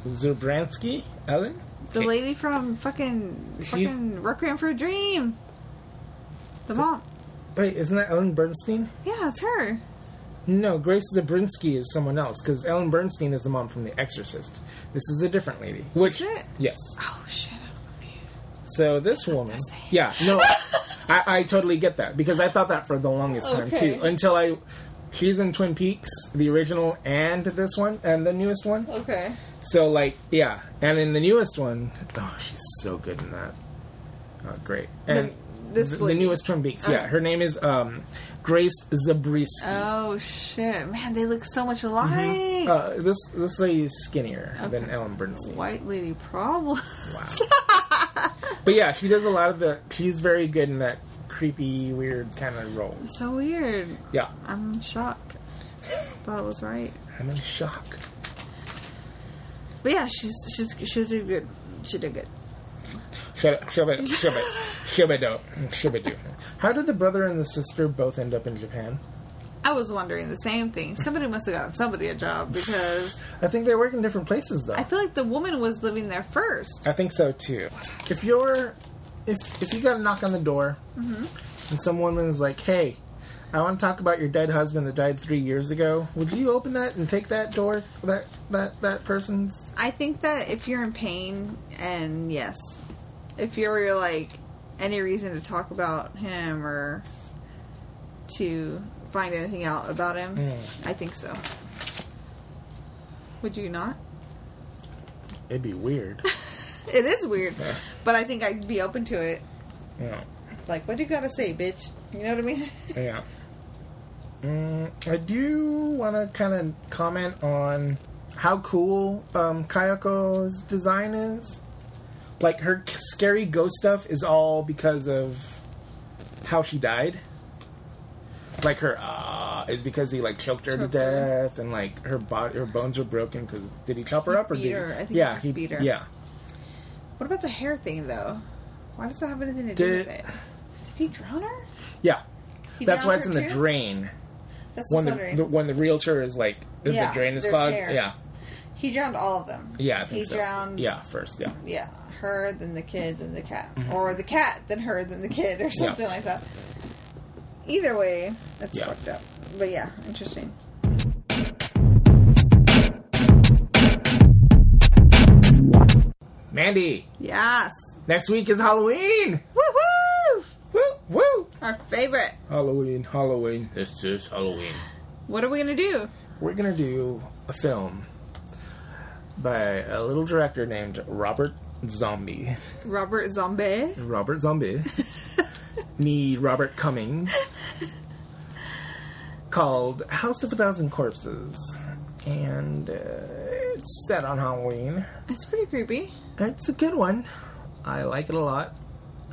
Speaker 2: Zabransky Ellen?
Speaker 3: The
Speaker 2: Okay.
Speaker 3: lady from fucking
Speaker 2: She's-
Speaker 3: fucking Requiem for a Dream. The mom.
Speaker 2: Wait, isn't that Ellen Bernstein?
Speaker 3: Yeah, it's her.
Speaker 2: No, Grace Zabrinsky is someone else because Ellen Bernstein is the mom from The Exorcist. This is a different lady. Which
Speaker 3: Is it?
Speaker 2: yes.
Speaker 3: Oh shit! I'm confused.
Speaker 2: So this woman, yeah, no, I, I totally get that because I thought that for the longest time
Speaker 3: Okay.
Speaker 2: too until I. She's in Twin Peaks, the original and this one, and the newest one.
Speaker 3: Okay.
Speaker 2: So, like, yeah. And in the newest one, oh, she's so good in that. Oh, great. And
Speaker 3: this
Speaker 2: the, the
Speaker 3: lady. Uh-huh.
Speaker 2: newest Twin Peaks, yeah. Her name is um, Grace Zabriskie.
Speaker 3: Oh shit, man! They look so much alike.
Speaker 2: Uh, this this lady is skinnier than Ellen Bernstein.
Speaker 3: White lady problem.
Speaker 2: Wow. but yeah, she does a lot of the. She's very good in that creepy, weird kind of role.
Speaker 3: so weird.
Speaker 2: Yeah,
Speaker 3: I'm in shock. Thought it was right.
Speaker 2: I'm in shock.
Speaker 3: But yeah, she's she's she did good. She did good.
Speaker 2: Shut up, shove it, shove it, shove it out, shove it out. How did the brother and the sister both end up in Japan?
Speaker 3: I was wondering the same thing. Somebody must have gotten somebody a job because
Speaker 2: I think they work in different places, though.
Speaker 3: I feel like the woman was living there first.
Speaker 2: I think so too. If you're, if if you got a knock on the door, and some woman is like, "Hey, I want to talk about your dead husband that died three years ago," would you open that and take that door, that that that person's?
Speaker 3: I think that if you're in pain, and yes, if you're like any reason to talk about him or to find anything out about him,
Speaker 2: Mm.
Speaker 3: I think so. Would you not?
Speaker 2: It'd be weird.
Speaker 3: It is weird, but I think I'd be open to it.
Speaker 2: yeah,
Speaker 3: Like, what do you gotta say, bitch? You know what I mean?
Speaker 2: yeah. Mm, I do want to kind of comment on how cool um, Kayako's design is. Like her k- scary ghost stuff is all because of how she died. Like her ah is because he like choked her
Speaker 3: Choked
Speaker 2: to
Speaker 3: her.
Speaker 2: death, and like her body, her bones were broken because did he chop her up or
Speaker 3: beat
Speaker 2: did
Speaker 3: her. I think he
Speaker 2: yeah
Speaker 3: just beat her.
Speaker 2: yeah
Speaker 3: What about the hair thing, though? Why does that have anything to do
Speaker 2: Did-
Speaker 3: with it? Did he drown her?
Speaker 2: yeah
Speaker 3: He
Speaker 2: that's
Speaker 3: drowned
Speaker 2: why it's
Speaker 3: her
Speaker 2: in the
Speaker 3: too?
Speaker 2: drain
Speaker 3: That's
Speaker 2: when
Speaker 3: the,
Speaker 2: the, the when the realtor is like the,
Speaker 3: Yeah,
Speaker 2: the drain is
Speaker 3: there's
Speaker 2: clogged
Speaker 3: hair.
Speaker 2: yeah
Speaker 3: He drowned all of them.
Speaker 2: yeah I think
Speaker 3: he
Speaker 2: so.
Speaker 3: drowned.
Speaker 2: yeah first yeah
Speaker 3: yeah, her, then the kid, then the cat, or the cat, then her, then the kid, or something like that. Either way, that's
Speaker 2: Yeah.
Speaker 3: fucked up. But yeah, interesting.
Speaker 2: Mandy,
Speaker 3: Yes,
Speaker 2: next week is Halloween.
Speaker 3: woo woo,
Speaker 2: Woo, woo.
Speaker 3: our favorite.
Speaker 2: Halloween, Halloween. This is Halloween.
Speaker 3: What are we gonna do?
Speaker 2: We're gonna do a film by a little director named Robert Zombie.
Speaker 3: Robert Zombie.
Speaker 2: Robert Zombie. Me, Robert Cummings. Called House of a Thousand Corpses. And uh, it's set on Halloween.
Speaker 3: It's pretty creepy.
Speaker 2: It's a good one. I like it a lot.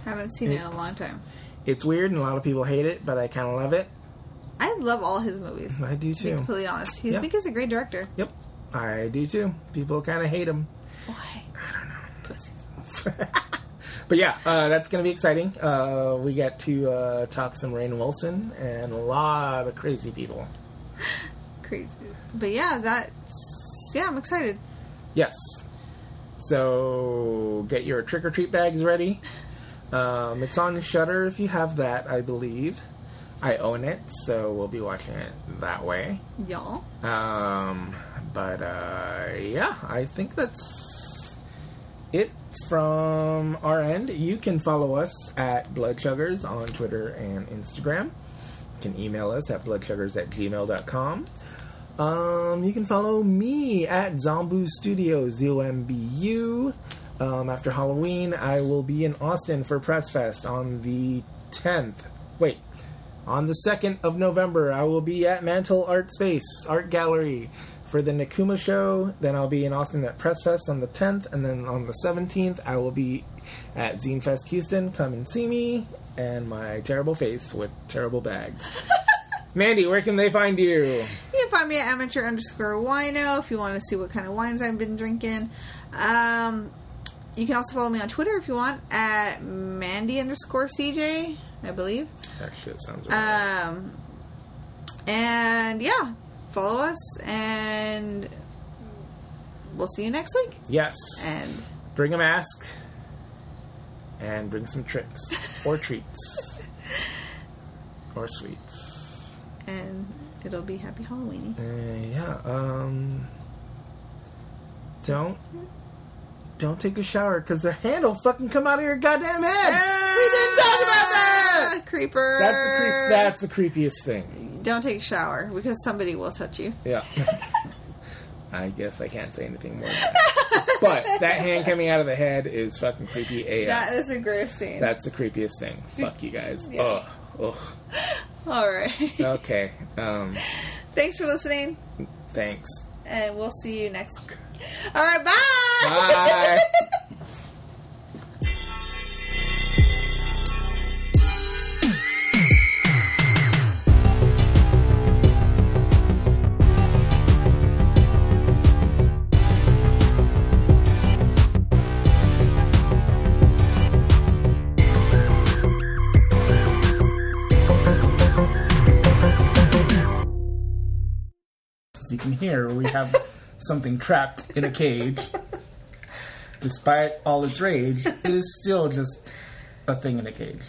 Speaker 3: Haven't seen it in a long time.
Speaker 2: It's weird and a lot of people hate it, but I kind of love it.
Speaker 3: I love all his movies.
Speaker 2: I do
Speaker 3: To be
Speaker 2: too.
Speaker 3: completely honest, he, I
Speaker 2: Yeah.
Speaker 3: think he's a great director.
Speaker 2: Yep, I do too. People kind of hate him.
Speaker 3: Why? I don't know. Pussies.
Speaker 2: But yeah, uh, that's going to be exciting. Uh, we got to uh, talk some Rain Wilson and a lot of crazy people.
Speaker 3: Crazy. But yeah, that's yeah. I'm excited.
Speaker 2: Yes. So get your trick or treat bags ready. Um, it's on Shutter if you have that, I believe. I own it, so we'll be watching it that way.
Speaker 3: Y'all.
Speaker 2: Um, but uh, yeah, I think that's it from our end. You can follow us at Bloodchuggers on Twitter and Instagram. You can email us at bloodchuggers at gmail.com. Um, you can follow me at Zombu Studios, Z O M B U. Um, after Halloween, I will be in Austin for Press Fest on the 10th. Wait, on the 2nd of November, I will be at Mantle Art Space Art Gallery for the Nakuma show. Then I'll be in Austin at Press Fest on the 10th. And then on the 17th, I will be at Zine Fest Houston. Come and see me and my terrible face with terrible bags. Mandy, where can they find you?
Speaker 3: You can find me at amateur underscore wino if you want to see what kind of wines I've been drinking. Um, you can also follow me on Twitter if you want at Mandy underscore CJ, I believe.
Speaker 2: That shit sounds right.
Speaker 3: Um, and yeah, follow us and we'll see you next week.
Speaker 2: yes.
Speaker 3: And
Speaker 2: Bring a mask and bring some tricks or treats or sweets.
Speaker 3: and it'll be happy Halloween.
Speaker 2: Uh, yeah. Um. Don't. Don't take a shower because the hand will fucking come out of your goddamn head. We didn't talk about that.
Speaker 3: Ah, Creeper.
Speaker 2: That's the creep. That's the creepiest thing.
Speaker 3: Don't take a shower because somebody will touch you.
Speaker 2: Yeah. I guess I can't say anything more. than that. but that hand coming out of the head is fucking creepy AF.
Speaker 3: That is a gross scene.
Speaker 2: That's the creepiest thing. Fuck you guys. Ugh. Ugh.
Speaker 3: All right.
Speaker 2: Okay. Um.
Speaker 3: Thanks for listening,
Speaker 2: Thanks.
Speaker 3: and we'll see you next week. All right, bye.
Speaker 2: Bye.
Speaker 5: As you can hear, we have something trapped in a cage. Despite all its rage, it is still just a thing in a cage.